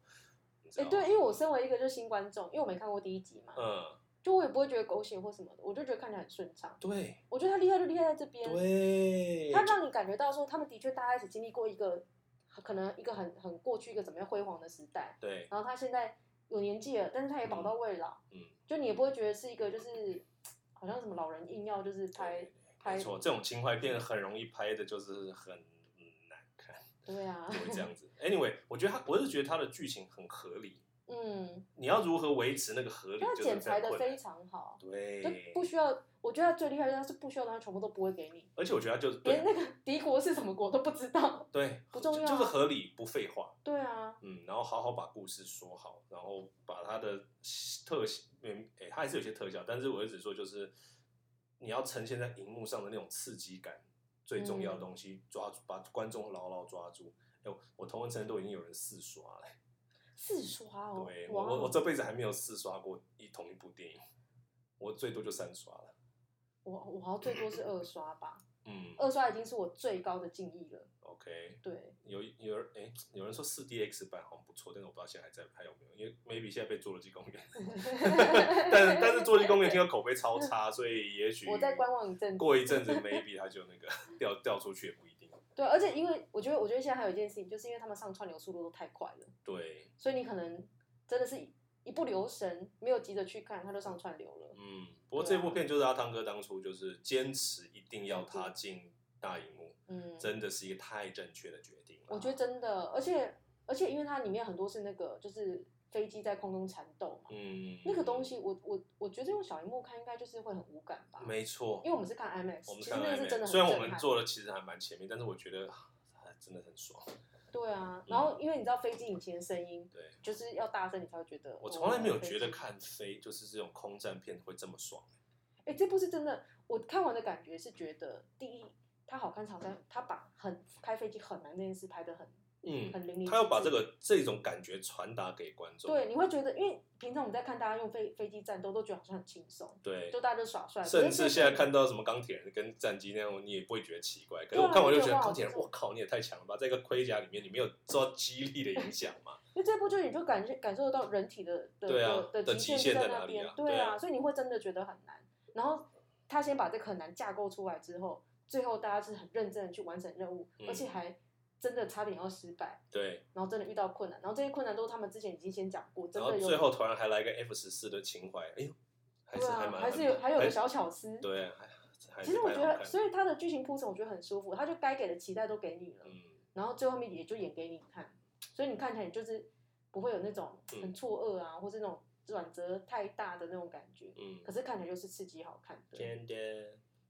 Speaker 2: 你知
Speaker 1: 哎、
Speaker 2: 道吗？
Speaker 1: 对，因为我身为一个就是新观众，因为我没看过第一集嘛，
Speaker 2: 嗯，
Speaker 1: 就我也不会觉得狗血或什么的，我就觉得看起来很顺畅。
Speaker 2: 对
Speaker 1: 我觉得他厉害就厉害在这边，
Speaker 2: 对，
Speaker 1: 他让你感觉到说，他们的确大家一起经历过一个可能一个很很过去一个怎么样辉煌的时代，
Speaker 2: 对，
Speaker 1: 然后他现在有年纪了，但是他也宝刀未老，
Speaker 2: 嗯，
Speaker 1: 就你也不会觉得是一个就是好像什么老人硬要就是拍，拍
Speaker 2: 没错，这种情怀片很容易拍的，就是很嗯难看，
Speaker 1: 对啊
Speaker 2: 就，会这样子。anyway，我觉得他，我是觉得他的剧情很合理，
Speaker 1: 嗯，
Speaker 2: 你要如何维持那个合理，
Speaker 1: 他
Speaker 2: 就是
Speaker 1: 剪
Speaker 2: 非常
Speaker 1: 裁的
Speaker 2: 困
Speaker 1: 非
Speaker 2: 难。
Speaker 1: 常好，就
Speaker 2: 对，
Speaker 1: 不需要，我觉得他最厉害的是他是不需要的，他全部都不会给你，
Speaker 2: 而且我觉得他就是
Speaker 1: 连
Speaker 2: 对
Speaker 1: 那个敌国是什么国都不知道，
Speaker 2: 对，
Speaker 1: 不重要啊
Speaker 2: 就就是合理不废话，
Speaker 1: 对啊，
Speaker 2: 嗯，然后好好把故事说好，然后把它的特效，嗯，诶、它还是有些特效，但是我一直说就是你要呈现在荧幕上的那种刺激感，最重要的东
Speaker 1: 嗯
Speaker 2: 西、抓住，把观众牢牢抓住。哎、我我同文层都已经有人四刷了，
Speaker 1: 四刷哦，
Speaker 2: 对我
Speaker 1: 哇
Speaker 2: 我我
Speaker 1: 哦，
Speaker 2: 这辈子还没有四刷过一同一部电影，我最多就三刷了。
Speaker 1: 我我好像哦最多是二刷吧，
Speaker 2: 嗯
Speaker 1: 二刷已经是我最高的敬意了，
Speaker 2: ，OK，
Speaker 1: 对。
Speaker 2: 有有人哎、有人说四 DX 版好像不错，但是我不知道现在还在还有没有，因为 maybe 现在被侏罗纪公园。 *laughs* *laughs* 但是但是《侏罗纪公园》听说口碑超差，所以也许
Speaker 1: *laughs* 我再观望一阵子
Speaker 2: 过一阵子，maybe 它就那个 *laughs* 掉掉出去也不一定。
Speaker 1: 对，而且因为我觉得，我觉得现在还有一件事情，就是因为他们上串流速度都太快了，
Speaker 2: 对，
Speaker 1: 所以你可能真的是一一不留神，没有急着去看，他就上串流了。
Speaker 2: 嗯，不过
Speaker 1: 对
Speaker 2: 这
Speaker 1: 啊
Speaker 2: 部片就是阿汤哥当初就是坚持一定要他进大荧幕，
Speaker 1: 嗯，
Speaker 2: 真的是一个太正确的决定了。
Speaker 1: 我觉得，真的，而且而且因为它里面很多是那个就是飞机在空中缠斗嘛，
Speaker 2: 嗯，
Speaker 1: 那个东西我我我觉得用小荧幕看应该就是会很无感吧，
Speaker 2: 没错
Speaker 1: 因为，我们是看 IMAX，
Speaker 2: 我们
Speaker 1: 其
Speaker 2: 看
Speaker 1: 实那个是
Speaker 2: IMAX
Speaker 1: 真的很
Speaker 2: 虽然我
Speaker 1: 震
Speaker 2: 们
Speaker 1: 撼
Speaker 2: 做的其实还蛮前面，但是我觉得 *sighs* 啊真的很爽。
Speaker 1: 对
Speaker 2: 嗯
Speaker 1: 啊，然后因为你知道飞机引擎的声音
Speaker 2: 对，
Speaker 1: 就是要大声，你才会觉得
Speaker 2: 我从来没有
Speaker 1: 哦飞
Speaker 2: 觉得
Speaker 1: 机
Speaker 2: 看飞就是这种空战片会这么爽。
Speaker 1: 哎、这部是真的，我看完的感觉是觉得，第一，它好看，好在它把很开飞机很难这件事拍得很
Speaker 2: 嗯，
Speaker 1: 很淋漓。
Speaker 2: 他要把这。个这种感觉传达给观众，
Speaker 1: 对，你会觉得，因为平常我们在看大家用飞飞机战斗，都觉得好像很轻松，
Speaker 2: 对
Speaker 1: 就大家就耍帅。
Speaker 2: 甚至现在
Speaker 1: 看。
Speaker 2: 看到什么钢铁人跟战机那样，你也不会觉得奇怪。可是
Speaker 1: 对啊
Speaker 2: 我看完就觉
Speaker 1: 就
Speaker 2: 得
Speaker 1: 哇
Speaker 2: 钢铁人，
Speaker 1: 这
Speaker 2: 我靠，你也太强了吧！在一个盔甲里面，你没有受到激励的影响嘛？
Speaker 1: 因为这部剧你就感感受得到人体的的
Speaker 2: 对啊
Speaker 1: 的
Speaker 2: 的
Speaker 1: 极限
Speaker 2: 极限
Speaker 1: 就
Speaker 2: 在
Speaker 1: 那
Speaker 2: 哪里
Speaker 1: 边
Speaker 2: 啊，
Speaker 1: 对
Speaker 2: 对啊
Speaker 1: 所以你会真的觉得很难。然后他先把这个很难架构出来之后，最后大家是很认真的去完成任务，
Speaker 2: 嗯
Speaker 1: 而且还真的差点要失败， *laughs*
Speaker 2: 对，
Speaker 1: 然后真的遇到困难，然后这些困难都是他们之前已经先讲过，真
Speaker 2: 然后
Speaker 1: 的有
Speaker 2: 最后突然还来个 F 十四的情怀，哎呦，还
Speaker 1: 对
Speaker 2: 是
Speaker 1: 啊，
Speaker 2: 蛮
Speaker 1: 还是有还有个小巧思。
Speaker 2: 对，啊还还
Speaker 1: 其
Speaker 2: 是
Speaker 1: 实我
Speaker 2: 蛮
Speaker 1: 觉
Speaker 2: 好
Speaker 1: 得，
Speaker 2: 看的
Speaker 1: 所以他的剧情铺陈我觉得很舒服，他就该给的期待都给你了，
Speaker 2: 嗯，
Speaker 1: 然后最后面也就演给你看，所以你看起来你就是不会有那种
Speaker 2: 嗯
Speaker 1: 很错愕啊，或是那种转折太大的那种感觉。
Speaker 2: 嗯
Speaker 1: 可是看起来就是刺激好看的。
Speaker 2: 真的。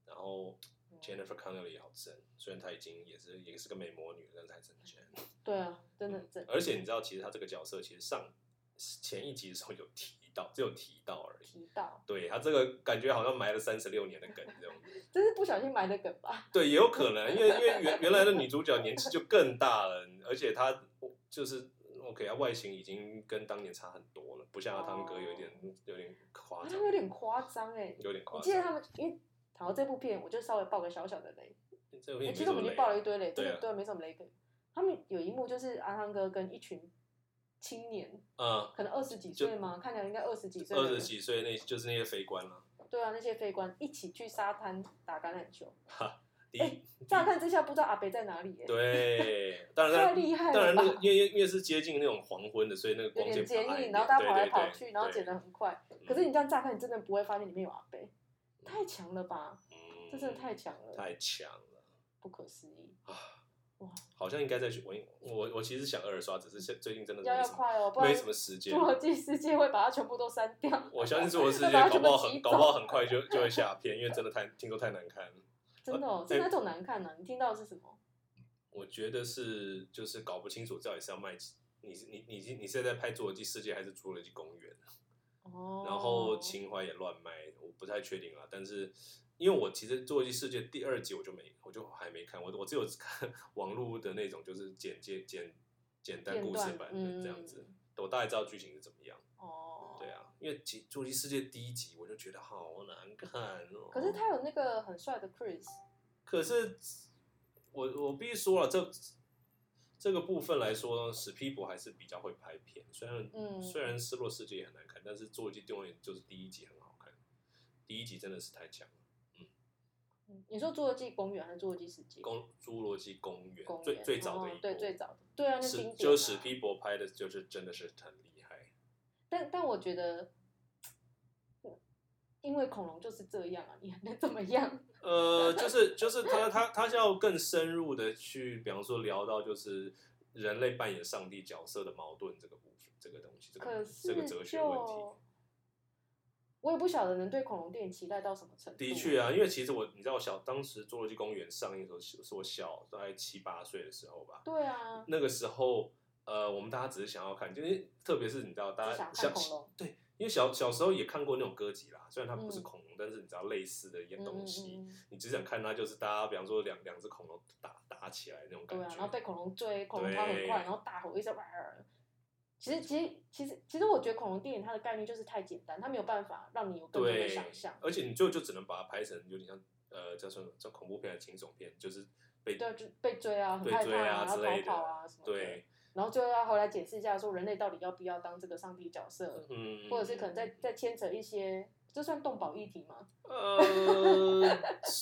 Speaker 2: 然后
Speaker 1: 嗯
Speaker 2: Jennifer Connelly 也好正，虽然她已经也是也是个美魔女，但是还真正。
Speaker 1: 对啊，真的
Speaker 2: 嗯
Speaker 1: 真
Speaker 2: 而且你知道，其实她这个角色其实上前一集的时候有提到，只有提到而已。
Speaker 1: 提到，
Speaker 2: 对他这个感觉好像埋了三十六年的梗这种，
Speaker 1: 这是不小心埋的梗吧？
Speaker 2: 对，也有可能，因为因为原原来的女主角年纪就更大了，而且她就是 OK，她外形已经跟当年差很多了，不像她堂哥有一点有点
Speaker 1: *laughs*
Speaker 2: 夸
Speaker 1: 好
Speaker 2: 张
Speaker 1: 哦像，有点夸张哎。
Speaker 2: 有点
Speaker 1: 你
Speaker 2: 夸
Speaker 1: 记得
Speaker 2: 张。
Speaker 1: 他们，因为谈到这部片，我就稍微爆个小小的雷。
Speaker 2: 这个片
Speaker 1: 哎其实
Speaker 2: 没什
Speaker 1: 我
Speaker 2: 么
Speaker 1: 们已
Speaker 2: 雷
Speaker 1: 经爆了一堆雷，这
Speaker 2: 对啊
Speaker 1: 个对没什么雷可以。他们有一幕就是阿汤哥跟一群青年，
Speaker 2: 啊，
Speaker 1: 可能二十几
Speaker 2: 就
Speaker 1: 岁嘛，看起来应该二十几岁的
Speaker 2: 二
Speaker 1: 人，
Speaker 2: 十几岁那就是那些非官了，
Speaker 1: 对啊，那些飞官一起去沙滩打橄榄球。
Speaker 2: 第
Speaker 1: 哎
Speaker 2: 一
Speaker 1: 乍看之下不知道阿北在哪里、欸，*laughs*
Speaker 2: 嗯对，当然
Speaker 1: 太厉害了吧
Speaker 2: 当然那个因为因为是接近那种黄昏的，所以那个
Speaker 1: 有
Speaker 2: 光
Speaker 1: 点
Speaker 2: 线
Speaker 1: 坚
Speaker 2: 比较暗一
Speaker 1: 硬，
Speaker 2: 点
Speaker 1: 然后大家
Speaker 2: 对
Speaker 1: 跑来
Speaker 2: 对
Speaker 1: 跑
Speaker 2: 对
Speaker 1: 去，然后
Speaker 2: 对
Speaker 1: 剪得很快。
Speaker 2: 嗯
Speaker 1: 可是你这样乍看，你真的不会发现里面有阿北，太强了吧？
Speaker 2: 嗯
Speaker 1: 这真的太强了，
Speaker 2: 太强了。啊
Speaker 1: 不可思议。
Speaker 2: 好像应该再去我我我其实想二刷，只是现最近真的是
Speaker 1: 要
Speaker 2: 没
Speaker 1: 要
Speaker 2: 什么
Speaker 1: 快哦，不然
Speaker 2: 没什
Speaker 1: 《
Speaker 2: 么时间
Speaker 1: 侏。罗纪世界》会把它全部都删掉。
Speaker 2: 我相信《侏罗世界
Speaker 1: 再把》它
Speaker 2: 搞
Speaker 1: 全
Speaker 2: 不
Speaker 1: 部
Speaker 2: 好
Speaker 1: 挤
Speaker 2: 很
Speaker 1: 走
Speaker 2: 搞不好很
Speaker 1: *laughs*
Speaker 2: 快就就会下片，因为真的太听说太难看了。
Speaker 1: 真的哦，
Speaker 2: 对
Speaker 1: 是哪种难看呢、你听到的是什么？
Speaker 2: 我觉得是就是搞不清楚到底是要卖你你你你是在拍《侏罗纪世界》还是《侏罗纪公园》，
Speaker 1: 哦，
Speaker 2: 然后情怀也乱卖，我不太确定啊。但是因为我其实《侏罗纪世界》第二集我就没我就还没看，我我只有看 *laughs* 网络的那种就是简介简简单
Speaker 1: 片
Speaker 2: 故事
Speaker 1: 段
Speaker 2: 版
Speaker 1: 嗯
Speaker 2: 的这样子，我大概知道剧情是怎么样。
Speaker 1: 哦，
Speaker 2: 对。啊，因为其《侏罗纪世界》第一集我就觉得好难看哦。
Speaker 1: 可是他有那个很帅的 Chris，
Speaker 2: 可是我我必须说了，这这个部分来说，史皮博还是比较会拍片。虽然、
Speaker 1: 嗯
Speaker 2: 虽然《失落世界》也很难看，但是《侏罗纪公园》就是第一集很好看，第一集真的是太强了。
Speaker 1: 嗯你说《侏罗纪公园》还是《侏罗纪世界》？
Speaker 2: 公《侏罗纪公园》
Speaker 1: 公园
Speaker 2: 最最早的一
Speaker 1: 哦
Speaker 2: 部，
Speaker 1: 对最早的，对啊，那
Speaker 2: 史
Speaker 1: 经典、啊、
Speaker 2: 就是史皮博拍的，就是真的是很厉
Speaker 1: *laughs*
Speaker 2: 害。
Speaker 1: 但但我觉得，因为恐龙就是这样啊，你还能怎么样？
Speaker 2: 呃，就是就是他他他是要更深入的去，比方说聊到就是人类扮演上帝角色的矛盾这个部分，这个东西，这
Speaker 1: 可
Speaker 2: 个
Speaker 1: 是
Speaker 2: 这
Speaker 1: 就
Speaker 2: 个哲学问题。
Speaker 1: 我也不晓得能对恐龙电影期待到什么程度。
Speaker 2: 的确啊，因为其实我你知道我小当时《侏罗纪公园》上映的时候是是我小大概七八岁的时候吧，
Speaker 1: 对啊，
Speaker 2: 那个时候呃，我们大家只是想要看，就是特别是你知道大
Speaker 1: 只
Speaker 2: 家
Speaker 1: 想看恐龙，
Speaker 2: 对，因为小小时候也看过那种歌集啦，虽然它不是
Speaker 1: 嗯
Speaker 2: 恐龙，但是你知道类似的一些
Speaker 1: 嗯
Speaker 2: 东
Speaker 1: 嗯
Speaker 2: 西，
Speaker 1: 嗯嗯，
Speaker 2: 你只想看它就是大家，比方说两两只恐龙打打起来那种感
Speaker 1: 对
Speaker 2: 觉。
Speaker 1: 啊，然后被恐龙追，恐龙跑很
Speaker 2: 对
Speaker 1: 快，然后大吼一声哇儿。其实，其实，其实，其实，我觉得恐龙电影它的概念就是太简单，它没有办法让你有更多的
Speaker 2: 对
Speaker 1: 想象。
Speaker 2: 而且你最后就只能把它拍成有点像呃叫什么叫恐怖片、惊悚片，就是被
Speaker 1: 对，就被追啊，很
Speaker 2: 被
Speaker 1: 害
Speaker 2: 追
Speaker 1: 怕
Speaker 2: 啊
Speaker 1: 然后
Speaker 2: 之类
Speaker 1: 逃跑
Speaker 2: 的
Speaker 1: 啊什么的。
Speaker 2: 对，
Speaker 1: 然后最后要回来解释一下，说人类到底要不要当这个上帝角色，
Speaker 2: 嗯，
Speaker 1: 或者是可能再再牵扯一些，这算动保议题吗？
Speaker 2: 呃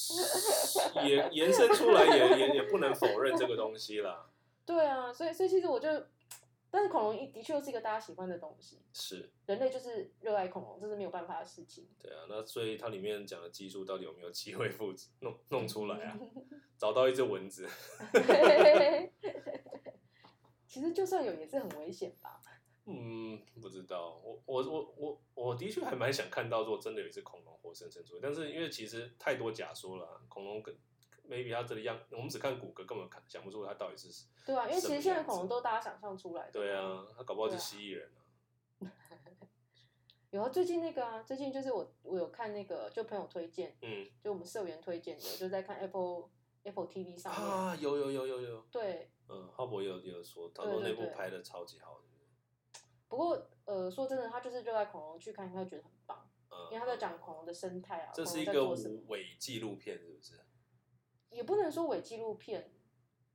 Speaker 2: *laughs* 也延伸出来也也也不能否认这个东西啦，
Speaker 1: 对啊，所以所以其实我就，但是恐龙一的确是一个大家喜欢的东西，
Speaker 2: 是
Speaker 1: 人类就是热爱恐龙，这是没有办法的事情。
Speaker 2: 对啊，那所以它里面讲的技术到底有没有机会复制弄弄出来
Speaker 1: *laughs*
Speaker 2: 啊？找到一只蚊子，
Speaker 1: *laughs* 其实就算有也是很危险吧？
Speaker 2: 嗯，不知道，我我我我我的确还蛮想看到，说真的有一只恐龙活生生出来，但是因为其实太多假说了啊、恐龙跟 maybe 它这个样，我们只看骨骼，根本看想不出它到底是，
Speaker 1: 对啊，因为其实现在
Speaker 2: 什么样子
Speaker 1: 恐龙都大家想象出来的。
Speaker 2: 对啊，它搞不好
Speaker 1: 对
Speaker 2: 是
Speaker 1: 啊
Speaker 2: 蜥蜴人啊，
Speaker 1: 有啊，最近那个啊，最近就是我我有看那个，就朋友推荐，
Speaker 2: 嗯啊
Speaker 1: 就我们社员推荐的，就在看 Apple Apple TV 上面。
Speaker 2: 啊，有有有有有，
Speaker 1: 对，
Speaker 2: 嗯，浩博也有也有说，他
Speaker 1: 对
Speaker 2: 说
Speaker 1: 对
Speaker 2: 那部
Speaker 1: 对
Speaker 2: 拍的超级好的，
Speaker 1: 不过呃，说真的，他就是热爱恐龙，去看一看觉得很棒，
Speaker 2: 嗯，
Speaker 1: 因为他在讲恐龙的生态啊，
Speaker 2: 这是一
Speaker 1: 恐
Speaker 2: 个
Speaker 1: 龙在做什么
Speaker 2: 无伪纪录片，是不是？
Speaker 1: 也不能说伪纪录片，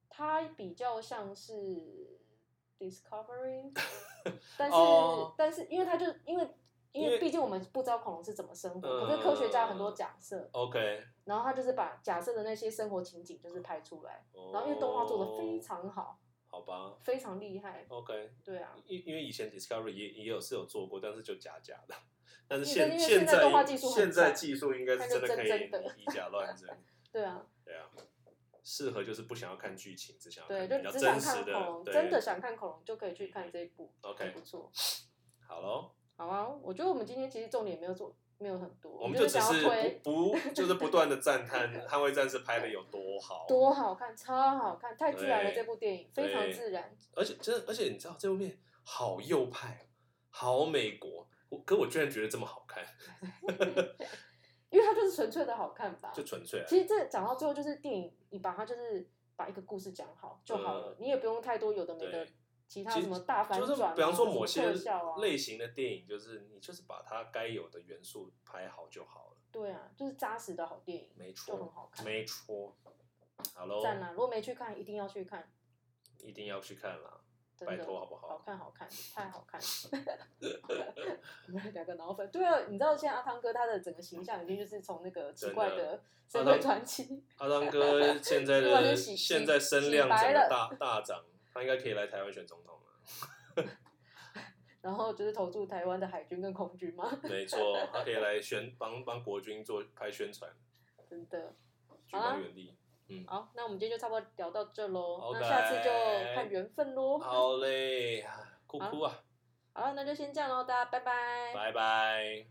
Speaker 1: 它比较像是
Speaker 2: *laughs*
Speaker 1: Discovery，但是、
Speaker 2: 哦
Speaker 1: 但是因为它就因为因
Speaker 2: 因为
Speaker 1: 为毕竟我们不知道恐龙是怎么生活，
Speaker 2: 嗯
Speaker 1: 可是科学家有很多假设，
Speaker 2: OK，
Speaker 1: 然后他就是把假设的那些生活情景就是拍出来，然
Speaker 2: 然
Speaker 1: 后因为动画做的
Speaker 2: 哦
Speaker 1: 非常好，
Speaker 2: 好吧
Speaker 1: 非常厉害，
Speaker 2: ，OK，
Speaker 1: 对啊。
Speaker 2: 因因为以前 Discovery 也也有是有做过，但是就假假的， *laughs* 但是
Speaker 1: 因为因为
Speaker 2: 现现
Speaker 1: 现在动画技术很
Speaker 2: 现在
Speaker 1: 强
Speaker 2: 技术应该是
Speaker 1: 那就
Speaker 2: 真的可以
Speaker 1: 真真的
Speaker 2: 以以假乱真， *laughs*
Speaker 1: 对啊，
Speaker 2: 对啊，适合就是不想要看剧情，只想要
Speaker 1: 对，
Speaker 2: 看
Speaker 1: 就
Speaker 2: 比较
Speaker 1: 只想
Speaker 2: 真实
Speaker 1: 看恐
Speaker 2: 的
Speaker 1: 龙，，
Speaker 2: 对
Speaker 1: 真的想看恐龙就可以去看这一部
Speaker 2: OK
Speaker 1: 还不错。
Speaker 2: 好喽，
Speaker 1: 好啊，我觉得我们今天其实重点没有做，没有很多，
Speaker 2: 我们
Speaker 1: 们
Speaker 2: 就只
Speaker 1: 想
Speaker 2: 是
Speaker 1: 要推
Speaker 2: 不不就是不断的赞
Speaker 1: *laughs*
Speaker 2: 叹《捍卫战士》拍的有多好，
Speaker 1: 多好看，超好看，太自然了！
Speaker 2: 对
Speaker 1: 这部电影非常
Speaker 2: 对
Speaker 1: 自然，
Speaker 2: 而且真的，而且你知道这部片好右派哦，好美国，我可我居然觉得这么好看，
Speaker 1: 因为它就是纯粹的好看吧
Speaker 2: 就。纯粹、啊。
Speaker 1: 其实这讲到最后就是电影，你把它就是把一个故事讲好就好了，你也不用太多有的没的
Speaker 2: 嗯对，
Speaker 1: 其他
Speaker 2: 其
Speaker 1: 什
Speaker 2: 实
Speaker 1: 么大反
Speaker 2: 就是
Speaker 1: 转啊，
Speaker 2: 比方说
Speaker 1: 什么
Speaker 2: 某些
Speaker 1: 特效啊，
Speaker 2: 类型的电影，就是你就是把它该有的元素拍好就好了，
Speaker 1: 对啊，就是扎实的好电影，
Speaker 2: 没
Speaker 1: 就很
Speaker 2: 错，
Speaker 1: 好看，
Speaker 2: 没错。好喽，
Speaker 1: 赞啊啦！如果没去看，一定要去看，
Speaker 2: 一定要去看啦，
Speaker 1: 真
Speaker 2: 拜
Speaker 1: 的
Speaker 2: 托好不好？
Speaker 1: 好看好看，太好看！
Speaker 2: *laughs*
Speaker 1: 我们 *laughs* 两个脑粉，对啊，你知道现在阿汤哥他的整个形象已经就是从那个奇
Speaker 2: 真
Speaker 1: 怪
Speaker 2: 的
Speaker 1: 的
Speaker 2: 阿
Speaker 1: 社会
Speaker 2: 汤
Speaker 1: 传奇。
Speaker 2: 阿
Speaker 1: *laughs*
Speaker 2: 当哥现在
Speaker 1: 突然就
Speaker 2: 的
Speaker 1: 洗
Speaker 2: 现在声量
Speaker 1: 洗白
Speaker 2: 整个
Speaker 1: 了
Speaker 2: 大大涨，他应该可以来台湾选总统
Speaker 1: *laughs*
Speaker 2: 了。
Speaker 1: 然后就是投注台湾的海军跟空军嘛，
Speaker 2: 没错，他可以来宣帮帮国军做拍宣传，
Speaker 1: 真的。
Speaker 2: 举
Speaker 1: 好啦啊
Speaker 2: 高远力。
Speaker 1: 好，那我们今天就差不多聊到这喽，
Speaker 2: OK
Speaker 1: 那下次就看缘分喽。好
Speaker 2: 好嘞，哭哭啊，
Speaker 1: 了，那就先这样喽，大家拜拜。
Speaker 2: 拜拜。